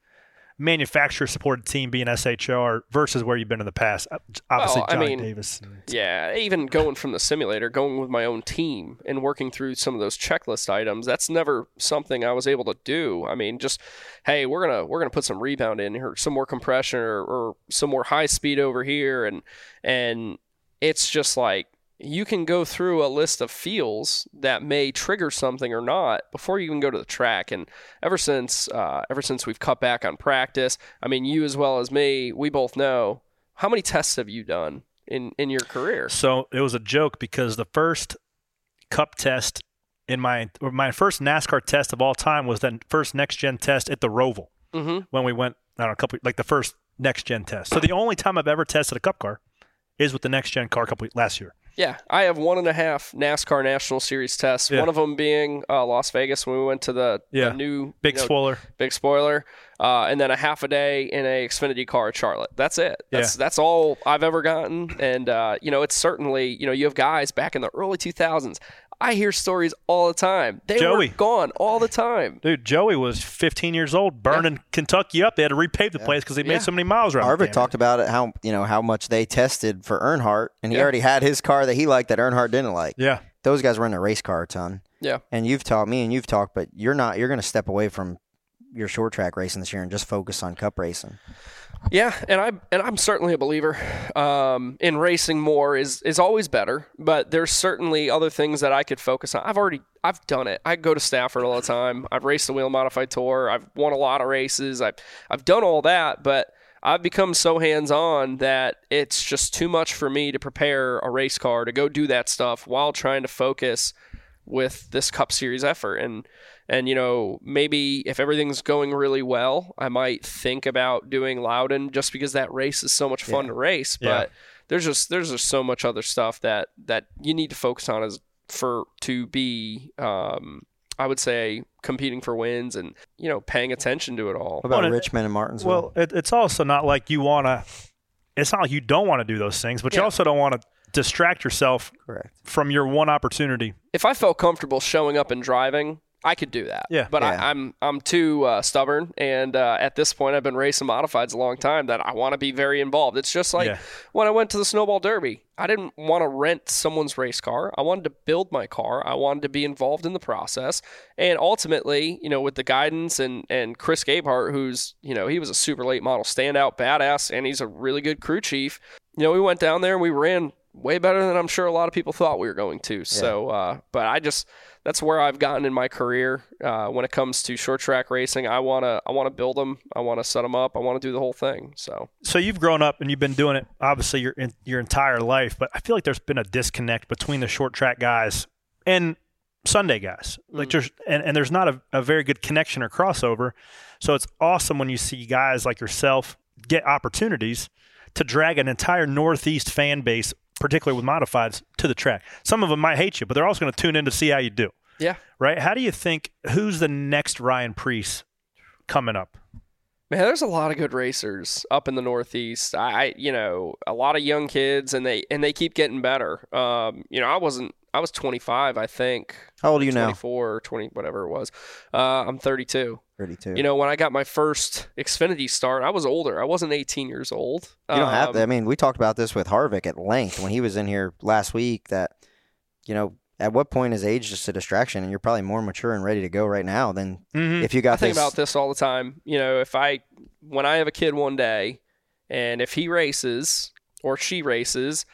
manufacturer supported team, being SHR versus where you've been in the past? Uh, Obviously, Well, I Johnny mean- Davis. and- Yeah, even going from the simulator, going with my own team and working through some of those checklist items, that's never something I was able to do. I mean, just hey, we're gonna we're gonna put some rebound in here, some more compression or, or some more high speed over here and and it's just like you can go through a list of feels that may trigger something or not before you even go to the track. And ever since uh, ever since we've cut back on practice, I mean, you as well as me, we both know how many tests have you done in in your career? So it was a joke because the first cup test in my or my first NASCAR test of all time was that first next gen test at the Roval Mm-hmm. when we went I don't know a couple like the first next gen test. So the only time I've ever tested a cup car is with the next gen car a couple last year. Yeah, I have one and a half NASCAR National Series tests. Yeah. One of them being uh, Las Vegas when we went to the, the Yeah. new Big you know, spoiler. big spoiler, uh, and then a half a day in a Xfinity car at Charlotte. That's it. That's that's all I've ever gotten. And uh, you know, it's certainly you know you have guys back in the early two thousands. I hear stories all the time. They Joey. were gone all the time. Dude, Joey was 15 years old, burning Kentucky up. They had to repave the place because they made Yeah. so many miles around. the Harvick damn talked about it, how you know how much they tested for Earnhardt, and he Yeah. already had his car that he liked that Earnhardt didn't like. Yeah. Those guys were in the race car a ton, Yeah, and you've taught me, and you've talked, but you're not. You're going to step away from your short track racing this year and just focus on cup racing. yeah, and I and I'm certainly a believer um, in racing more is is always better. But there's certainly other things that I could focus on. I've already I've done it. I go to Stafford all the time. I've raced the Wheel Modified Tour. I've won a lot of races. I've I've done all that, but I've become so hands on that it's just too much for me to prepare a race car to go do that stuff while trying to focus with this Cup Series effort. And And you know, maybe if everything's going really well, I might think about doing Loudon just because that race is so much fun Yeah. to race. Yeah. But there's just there's just so much other stuff that that you need to focus on as for to be um I would say competing for wins and you know paying attention to it all. What about Richmond and Well, Martinsville? it, it's also not like you want to. It's not like you don't want to do those things, but you Yeah. also don't want to distract yourself Correct. from your one opportunity. if I felt comfortable showing up and driving, I could do that. Yeah. But Yeah. I, I'm I'm too uh, stubborn, and uh, at this point, I've been racing modifieds a long time that I want to be very involved. It's just like Yeah. when I went to the Snowball Derby, I didn't want to rent someone's race car. I wanted to build my car. I wanted to be involved in the process, and ultimately, you know, with the guidance and and Chris Gabehart, who's you know he was a super late model standout, badass, and he's a really good crew chief. You know, we went down there and we ran way better than I'm sure a lot of people thought we were going to. So, uh, but I just that's where I've gotten in my career uh, when it comes to short track racing. I wanna I wanna build them. I wanna set them up. I wanna do the whole thing. So So you've grown up and you've been doing it obviously your in, your entire life, but I feel like there's been a disconnect between the short track guys and Sunday guys. Like there's and, and there's not a, a very good connection or crossover. So it's awesome when you see guys like yourself get opportunities to drag an entire Northeast fan base, particularly with modifieds, to the track. Some of them might hate you, but they're also going to tune in to see how you do. yeah, Right? How do you think who's the next Ryan Priest coming up? Man, there's a lot of good racers up in the Northeast. I, I- you know, a lot of young kids, and they and they keep getting better. Um, you know, I wasn't. I was 25, I think. How old are you now? 24 or 20, whatever it was. Uh, I'm 32. 32. You know, when I got my first Xfinity start, I was older. I wasn't 18 years old. You don't have Um, to. I mean, we talked about this with Harvick at length when he was in here last week that, you know, at what point is age just a distraction? And you're probably more mature and ready to go right now than if you got Hmm. I think this. about this all the time. You know, if I when I have a kid one day, and if he races or she races,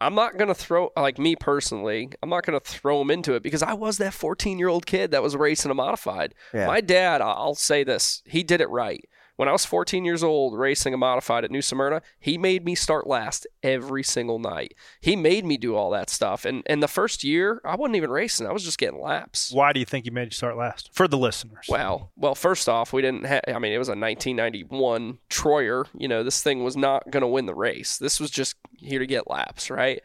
I'm not gonna throw like me personally. I'm not gonna throw him into it because I was that 14 year old kid that was racing a modified. Yeah. My dad, I- I'll say this, he did it right. When I was 14 years old racing a modified at New Smyrna, he made me start last every single night. He made me do all that stuff. And and the first year, I wasn't even racing. I was just getting laps. Why do you think you made you start last? For the listeners. Wow. Well, first off, we didn't have, I mean, it was a 1991 Troyer. You know, this thing was not going to win the race. This was just here to get laps, right?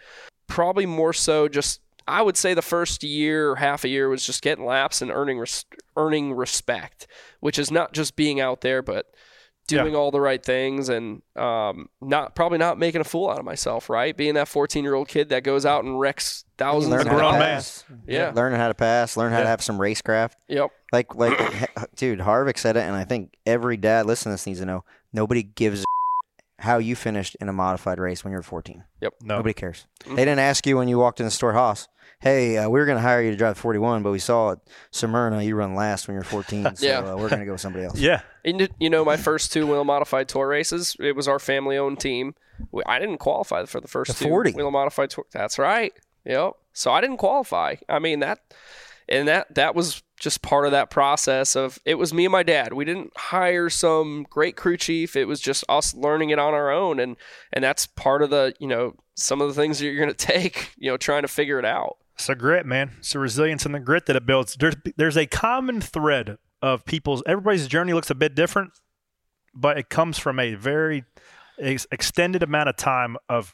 Probably more so just, I would say the first year or half a year was just getting laps and earning, res- earning respect, which is not just being out there, but doing all the right things and um, not probably not making a fool out of myself, right? Being that 14 year old kid that goes out and wrecks thousands learn of how to cars. pass. Yeah. Learning how to pass, learn how to Yeah. have some racecraft. Yep. Like, like, he- dude, Harvick said it, and I think every dad listening to this needs to know nobody gives a how you finished in a modified race when you're 14. Yep. No. Nobody cares. They didn't ask you when you walked in the store, Haas. Hey, uh, we were going to hire you to drive 41, but we saw at Smyrna you run last when you're 14, so Yeah. uh, we're going to go with somebody else. Yeah. And did- you know, my first two wheel modified tour races, it was our family owned team. We, I didn't qualify for the first The two 40. wheel modified tour. That's right. Yep. So I didn't qualify. I mean that, and that that was just part of that process of it was me and my dad. We didn't hire some great crew chief. It was just us learning it on our own, and and that's part of the you know some of the things that you're gonna take. You know, trying to figure it out. It's the grit, man. It's the resilience and the grit that it builds. There's there's a common thread of people's everybody's journey looks a bit different, but it comes from a very ex- extended amount of time of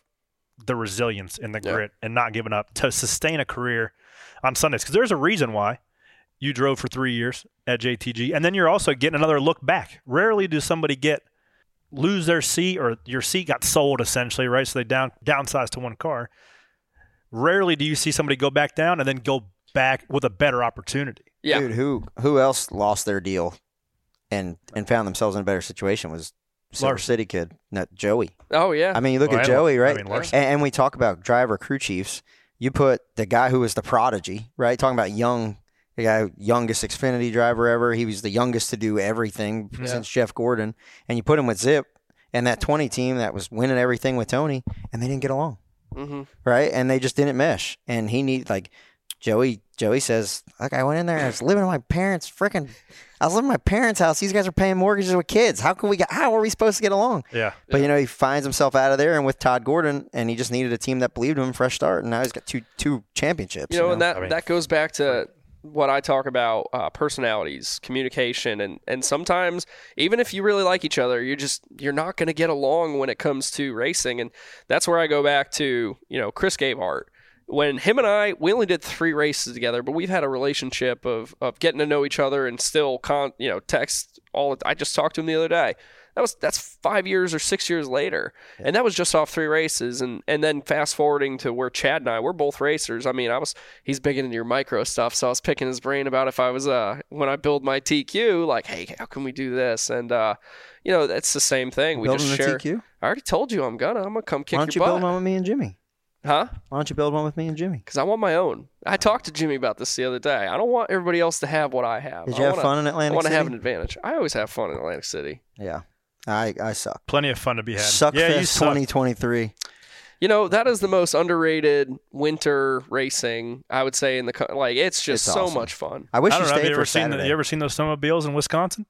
the resilience and the grit and not giving up to sustain a career on Sundays. Because there's a reason why you drove for three years at JTG, and then you're also getting another look back. Rarely do somebody get lose their seat or your seat got sold essentially, right? So they down downsized to one car rarely do you see somebody go back down and then go back with a better opportunity. Yeah. Dude, who who else lost their deal and and found themselves in a better situation was Silver Larson. City kid, no, Joey. Oh yeah. I mean, you look Well, at and- Joey, I right? mean, and, Larson. and we talk about driver crew chiefs. You put the guy who was the prodigy, right? Talking about young, the guy youngest Xfinity driver ever. He was the youngest to do everything Yeah. since Jeff Gordon, and you put him with Zip and that 20 team that was winning everything with Tony, and they didn't get along Mm-hmm. right? And they just didn't mesh. And he need like Joey. Joey says, "Look, I went in there. and I was living in my parents' freaking. I was living in my parents' house. These guys are paying mortgages with kids. How can we get? How are we supposed to get along?" Yeah. But you know, he finds himself out of there and with Todd Gordon, and he just needed a team that believed in him, fresh start, and now he's got two two championships. You know, and that I mean, that goes back to what I talk about uh, personalities, communication, and and sometimes even if you really like each other, you're just you're not going to get along when it comes to racing, and that's where I go back to you know Chris Gabehart. When him and I, we only did three races together, but we've had a relationship of of getting to know each other and still con you know text all. The, I just talked to him the other day. That was that's five years or six years later, and that was just off three races, and and then fast forwarding to where Chad and I we're both racers. I mean, I was he's big into your micro stuff, so I was picking his brain about if I was uh when I build my TQ, like hey, how can we do this? And uh, you know, that's the same thing. We Building just the share. TQ? I already told you I'm gonna. I'm gonna come kick Why don't you your build butt, one with me and Jimmy? huh? Why don't you build one with me and Jimmy? Because I want my own. I talked to Jimmy about this the other day. I don't want everybody else to have what I have. Did I you have wanna- fun in Atlantic I want to have City? an advantage. I always have fun in Atlantic City. Yeah, I I suck. Plenty of fun to be had. Suckfest yeah, you suck. 2023. You know, that is the most underrated winter racing I would say in the co- like. It's just It's so awesome. much fun. I wish I you don't know, have stayed you for ever seen the, Saturday. you ever seen those snowmobiles in Wisconsin?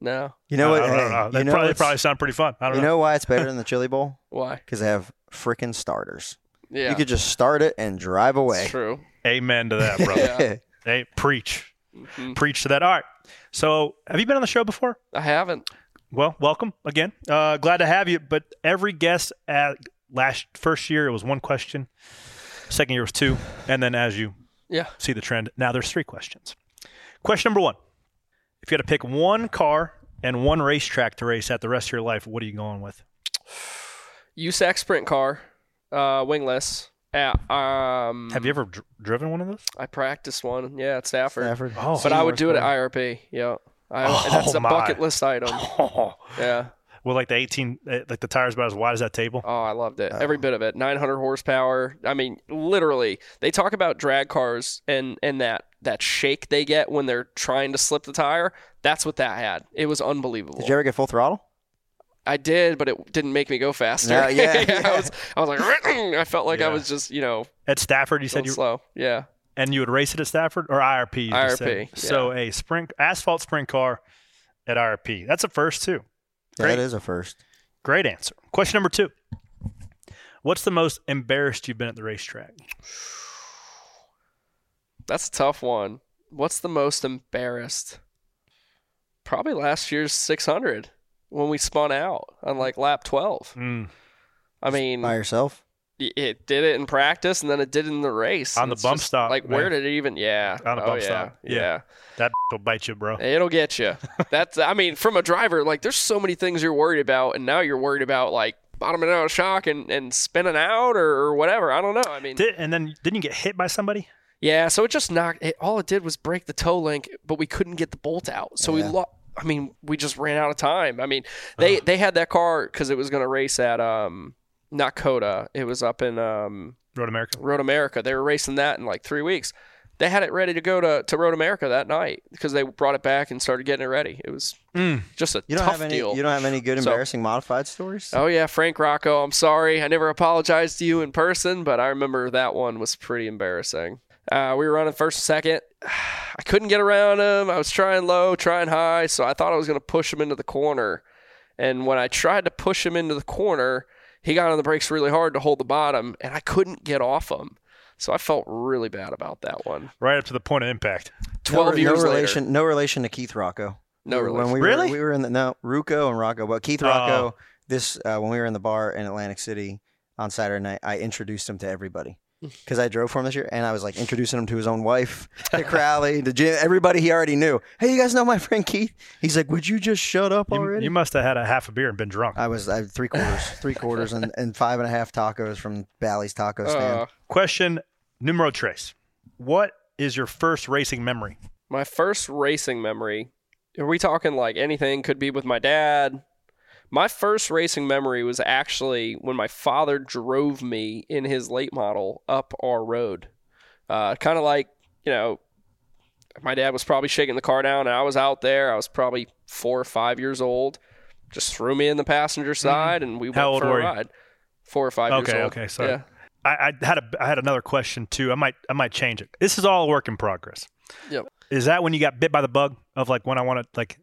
No. You know what? I don't, hey, know. They you know probably, what's- probably sound pretty fun. I don't You know. know why it's better than the Chili Bowl? Why? Because they have freaking starters. Yeah. You could just start it and drive away. true. Amen to that, brother. Hey, preach, preach to that. All right. So, have you been on the show before? Mm-hmm. I haven't. Well, welcome again. Uh, glad to have you. But every guest at last first year, it was one question. Second year was two, and then as you Yeah. see the trend, now there's three questions. Question number one: If you had to pick one car and one racetrack to race at the rest of your life, what are you going with? USAC sprint car, uh, wingless. At, um, Have you ever dr- driven one of those? I practiced one. Yeah, at Stafford. Stafford. Oh. but I would Seaworth do it at Park. IRP. Yeah. I, Oh, that's a my. bucket list item. Yeah. Well, like the 18, eh, like the tires about as wide as that table. Oh, I loved it. Uh-huh. Every bit of it. 900 horsepower. I mean, literally, they talk about drag cars and and that that shake they get when they're trying to slip the tire. That's what that had. It was unbelievable. Did you ever get full throttle? I did, but it didn't make me go faster. No, Uh, yeah, I was I was like I felt like I was just, you know, At Stafford, you said going you slow. Yeah. and you would race it at Stafford or IRP. you just IRP, said. So a sprint asphalt sprint car at IRP. That's a first too. Great, That is a first. great answer. Question number two. What's the most embarrassed you've been at the racetrack? That's a tough one. What's the most embarrassed? Probably last year's 600 when we spun out on like lap 12. I mean, By yourself? y- it did it in practice and then it did it in the race On and the it's bump just stop, Like, man. where did it even? Yeah, On a Oh, bump yeah. stop. Yeah. yeah. That will bite you, bro. It'll get you. That's. I mean, from a driver, like there's so many things you're worried about, and now you're worried about like bottoming out of shock and and spinning out or, or whatever. I don't know. I mean, Did, and then didn't you get hit by somebody? yeah. So it just knocked. It, all it did was break the toe link, but we couldn't get the bolt out. So we lost. I mean, we just ran out of time. I mean, they they had that car because it was going to race at um not Coda. It was up in um Road America. Road America. They were racing that in like three weeks. They had it ready to go to, to Road America that night because they brought it back and started getting it ready. It was just a You don't tough have any. deal. You don't have any good So- embarrassing modified stories. oh yeah, Frank Rocco. I'm sorry. I never apologized to you in person, but I remember that one was pretty embarrassing. Uh, we were running first and second. I couldn't get around him. Um, I was trying low, trying high, so I thought I was going to push him into the corner. And when I tried to push him into the corner, he got on the brakes really hard to hold the bottom, and I couldn't get off him. So I felt really bad about that one. Right up to the point of impact. 12 no, years no later. relation, No relation to Keith Rocco. No When relation. we Really? Oh. Were, we were in the no Ruco and Rocco, but Keith Rocco. This uh, when we were in the bar in Atlantic City on Saturday night, I introduced him to everybody because I drove for him this year, and I was like introducing him to his own wife, to Crowley, to Jim, everybody he already knew. Hey, you guys know my friend Keith? He's like, would you just shut up You, already? you must have had a half a beer and been drunk. I was I had three quarters, three quarters, and, and five and a half tacos from Bally's Taco Stand. Uh, Question numero tres. What is your first racing memory? my first racing memory are we talking like anything could be with my dad my first racing memory was actually when my father drove me in his late model up our road uh, kind of like you know my dad was probably shaking the car down and i was out there i was probably four or five years old just threw me in the passenger side and we went How old for were a you? ride four or five okay, years old okay. So yeah I, I had a I had another question too. I might I might change it. This is all a work in progress. Yep. Is that when you got bit by the bug of like when I wanted like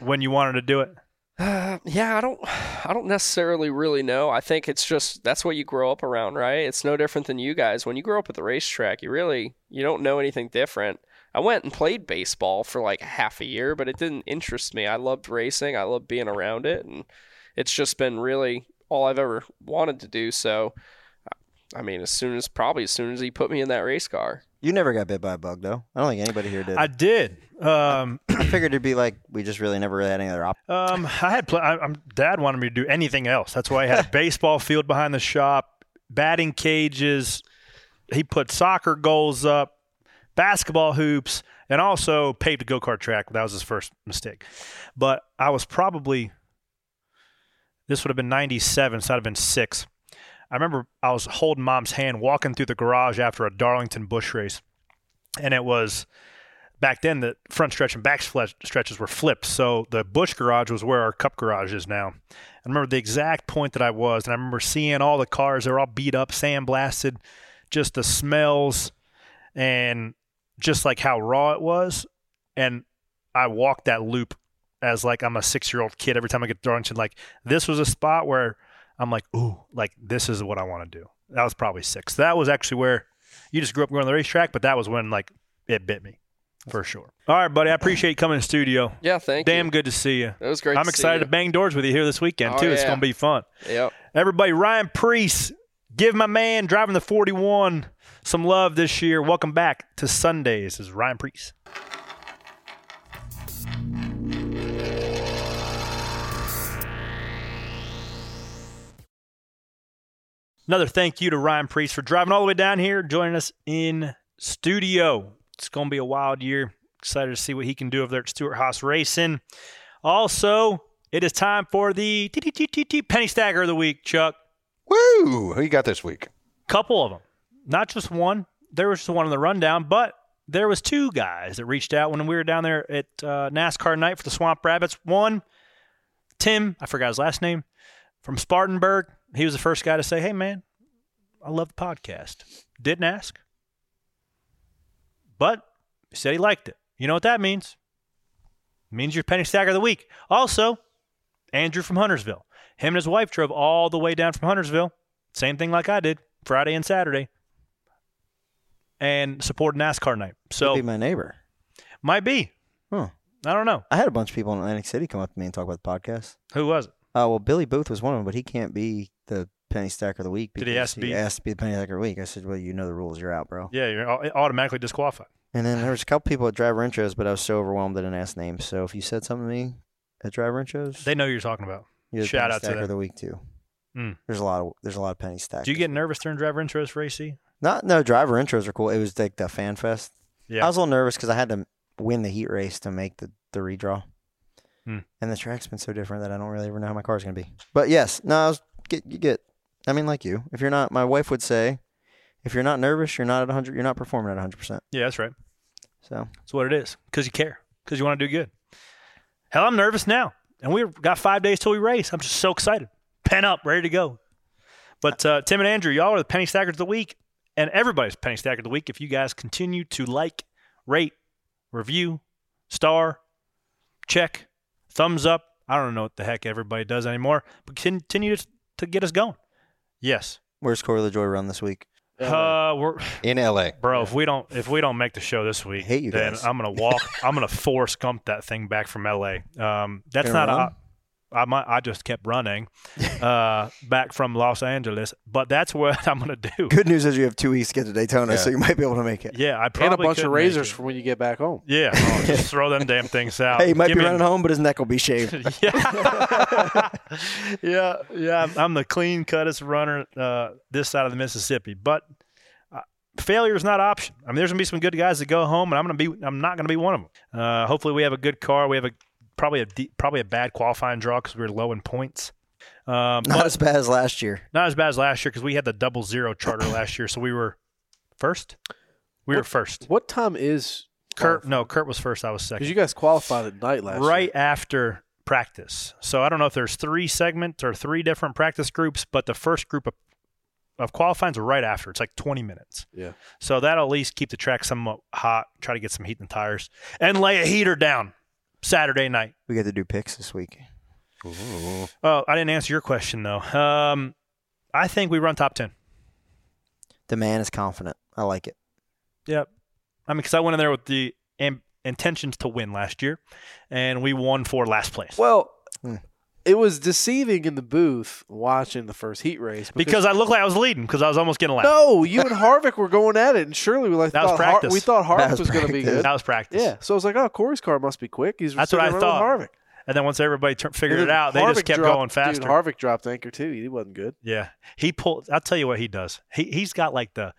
when you wanted to do it? Uh, yeah, I don't, I don't necessarily really know. I think it's just that's what you grow up around, right? It's no different than you guys. When you grow up at the racetrack, you really you don't know anything different. I went and played baseball for like half a year, but it didn't interest me. I loved racing, I loved being around it, and it's just been really all I've ever wanted to do. So, I mean, as soon as probably as soon as he put me in that race car, You never got bit by a bug, though. I don't think anybody here did. I did. Um, I figured it'd be like we just really never really had any other option. Um, I had pl- I, I'm, dad wanted me to do anything else. That's why I had a baseball field behind the shop, batting cages. He put soccer goals up, basketball hoops, and also paved a go kart track. That was his first mistake. But I was probably this would have been 97, so I'd have been six. I remember I was holding mom's hand walking through the garage after a Darlington bush race. And it was back then the front stretch and back fle- stretches were flipped. So the bush garage was where our cup garage is now. I remember the exact point that I was. And I remember seeing all the cars, they were all beat up, sandblasted, just the smells and just like how raw it was. And I walked that loop as like I'm a six year old kid every time I get to Darlington. Like this was a spot where I'm like, ooh, like this is what I want to do. That was probably six. That was actually where you just grew up going to the racetrack, but that was when like it bit me for sure. All right, buddy. I appreciate you coming in the studio. Yeah, thank Damn you. good to see you. It was great I'm to see excited you. to bang doors with you here this weekend Oh, too. It's yeah. gonna be fun. Yep. Everybody, Ryan Priest, give my man driving the 41 some love this year. Welcome back to Sundays. This is Ryan Priest. Another thank you to Ryan Priest for driving all the way down here, joining us in studio. It's going to be a wild year. Excited to see what he can do over there at Stuart Haas Racing. Also, it is time for the TTTTT Penny Stagger of the Week, Chuck. Woo! Who you got this week? Couple of them, not just one. There was just one in the rundown, but there was two guys that reached out when we were down there at uh, NASCAR night for the Swamp Rabbits. One, Tim, I forgot his last name, from Spartanburg. He was the first guy to say, "Hey, man, I love the podcast." Didn't ask, but he said he liked it. You know what that means? It means you're penny stacker of the week. Also, Andrew from Huntersville. Him and his wife drove all the way down from Huntersville. Same thing like I did Friday and Saturday, and supported NASCAR night. So Could be my neighbor. might be. Huh. I don't know. I had a bunch of people in Atlantic City come up to me and talk about the podcast. Who was it? Uh, well, Billy Booth was one of them, but he can't be the penny stacker of the week. Did he because ask to be- asked to be the penny stacker of the week? I said, well, you know the rules. You're out, bro. Yeah, you're au- automatically disqualified. And then there was a couple people at driver intros, but I was so overwhelmed I didn't ask names. So if you said something to me at driver intros, They know who you're talking about. you're the Shout penny out to stacker them. of the week too. Mm. There's a lot of there's a lot of penny stackers. Do you get nervous during driver intros for AC? Not no driver intros are cool. It was like the fan fest. Yeah. I was a little nervous because I had to win the heat race to make the the redraw, Hmm. and the track's been so different that I don't really ever know how my car's gonna be. But yes, no, I was get you get. I mean, like you, if you're not, my wife would say, if you're not nervous, you're not at 100, you're not performing at 100. percent Yeah, that's right. So That's what it is. Because you care. Because you want to do good. Hell, I'm nervous now, and we got five days till we race. I'm just so excited, pen up, ready to go. But uh, Tim and Andrew, y'all are the penny stackers of the week, and everybody's penny stacker of the week. If you guys continue to like, rate, review, star, check, thumbs up. I don't know what the heck everybody does anymore, but continue to, to get us going. Yes, where's Corey LaJoy run this week? uh, we're In LA. bro. If we don't if we don't make the show this week, hate you then guys. I'm gonna walk. I'm gonna force gump that thing back from L.A. Um, that's not. Gonna run? A, I might. I just kept running uh, back from Los Angeles, but that's what I'm gonna do. Good news is you have two weeks to get to Daytona, Yeah. so you might be able to make it. Yeah, I probably and a bunch could of make razors it. for when you get back home. Yeah, oh, just throw them damn things out. Hey, he might Give be me- running home, but his neck will be shaved. yeah, yeah. I'm, I'm the clean cuttest runner uh, this side of the Mississippi, but uh, failure is not an option. I mean, there's gonna be some good guys that go home, and I'm gonna be I'm not gonna be one of them. Uh, hopefully, we have a good car. We have a probably a de- probably a bad qualifying draw because we were low in points. Um, not as bad as last year. not as bad as last year because we had the double zero charter last year, so we were first. We were first. What time is Kurt, no, Kurt was first. I was second Because you guys qualified at night last right year. after practice. So I don't know if there's three segments or three different practice groups, but the first group of, of qualifying's right after. It's like 20 minutes. Yeah. So that'll at least keep the track somewhat hot, try to get some heat in the tires, and lay a heater down Saturday night. We get to do picks this week. Oh, I didn't answer your question, though. Um, I think we run top 10. The man is confident. I like it. Yep. I mean, because I went in there with the am- intentions to win last year, and we won for last place. Well, it was deceiving in the booth watching the first heat race because, I looked like I was leading because I was almost getting last. No, you and Harvick were going at it, and surely we like That was thought Har- practice. we thought That Harvick was was, going to be practice. good. That was practice. Yeah, so I was like, oh, Corey's car must be quick. He's That's what sitting I around with thought. Harvick. And then once everybody tur- figured it And then out, they Harvick just kept dropped- going faster. Dude, Harvick dropped anchor too. He wasn't good. Yeah, he pulled. I'll tell you what he does. He he's got like the,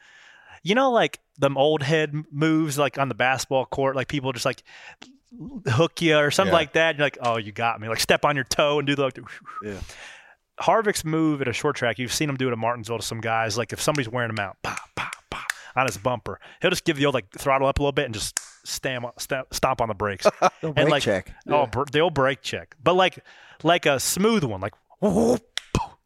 you know, like them old head moves like on the basketball court, like people just like hook you or something Yeah. like that. And you're like, oh, you got me. Like step on your toe and do the. Like, yeah. Harvick's move at a short track. You've seen him do it at Martinsville to some guys. Like if somebody's wearing him out, pop, pop, pop on his bumper, he'll just give the old like throttle up a little bit and just stam, stam stomp on the brakes. and brake like check. oh, br- the old brake check, but like like a smooth one, like whoop,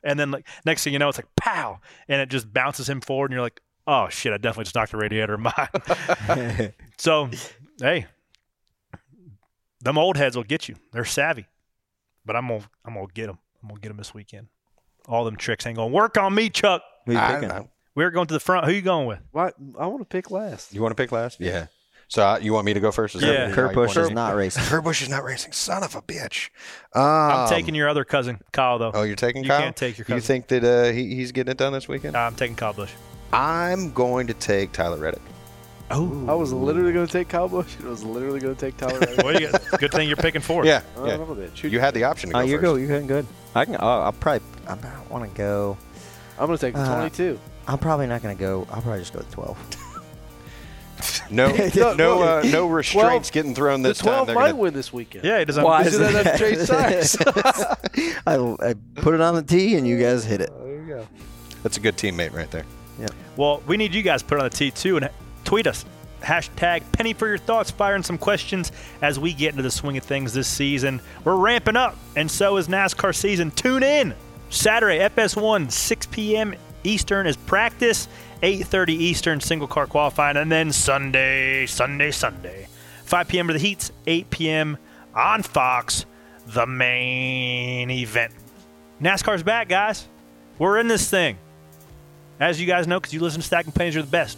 and then like next thing you know, it's like pow, and it just bounces him forward, and you're like, oh shit, I definitely just knocked the radiator in mine. so, hey, them old heads will get you. They're savvy, but I'm gonna I'm gonna get them. I'm gonna get them this weekend. All them tricks ain't gonna work on me, Chuck. Who you I picking? don't know. We're going to the front. Who you going with? What? I want to pick last. You want to pick last? Yeah. So uh, you want me to go first? that Yeah. how Kurt you want Busch it? is not racing. Kurt Busch is not racing. Son of a bitch. I'm Um, taking your other cousin, Kyle. Though. Oh, you're taking you Kyle. can't take your You cousin. think that uh, he, he's getting it done this weekend? I'm taking Kyle Busch. I'm going to take Tyler Reddick. Oh, I was literally going to take Kyle Busch. and I was literally going to take Tyler. Well, you got, good thing you're picking four. Yeah, I yeah. don't know that. Shoot. You had the option to go Uh, you first. go. You can good. I can. I'll, I'll probably. I want to go. I'm gonna Uh, take the 22. I'm probably not gonna go. I'll probably just go with 12. No, no, no, uh, no restraints Well, getting thrown this the 12 time. They're might gonna- win this weekend. Yeah, it doesn't. Why Is is it that that- Chase Sires? I, I put it on the tee and you guys hit it. there you go. That's a good teammate right there. Yeah. Well, we need you guys to put it on the T too and tweet us. Hashtag Penny for your thoughts, firing some questions as we get into the swing of things this season. We're ramping up, and so is NASCAR season. Tune in Saturday, FS1, 6 p.m. Eastern is practice, 8:30 Eastern single car qualifying, and then Sunday, Sunday, Sunday, 5 p.m. to the heats, 8 p.m. on Fox, the main event. NASCAR's back, guys. We're in this thing. As you guys know, because you listen to Stack and Pennies, you're the best.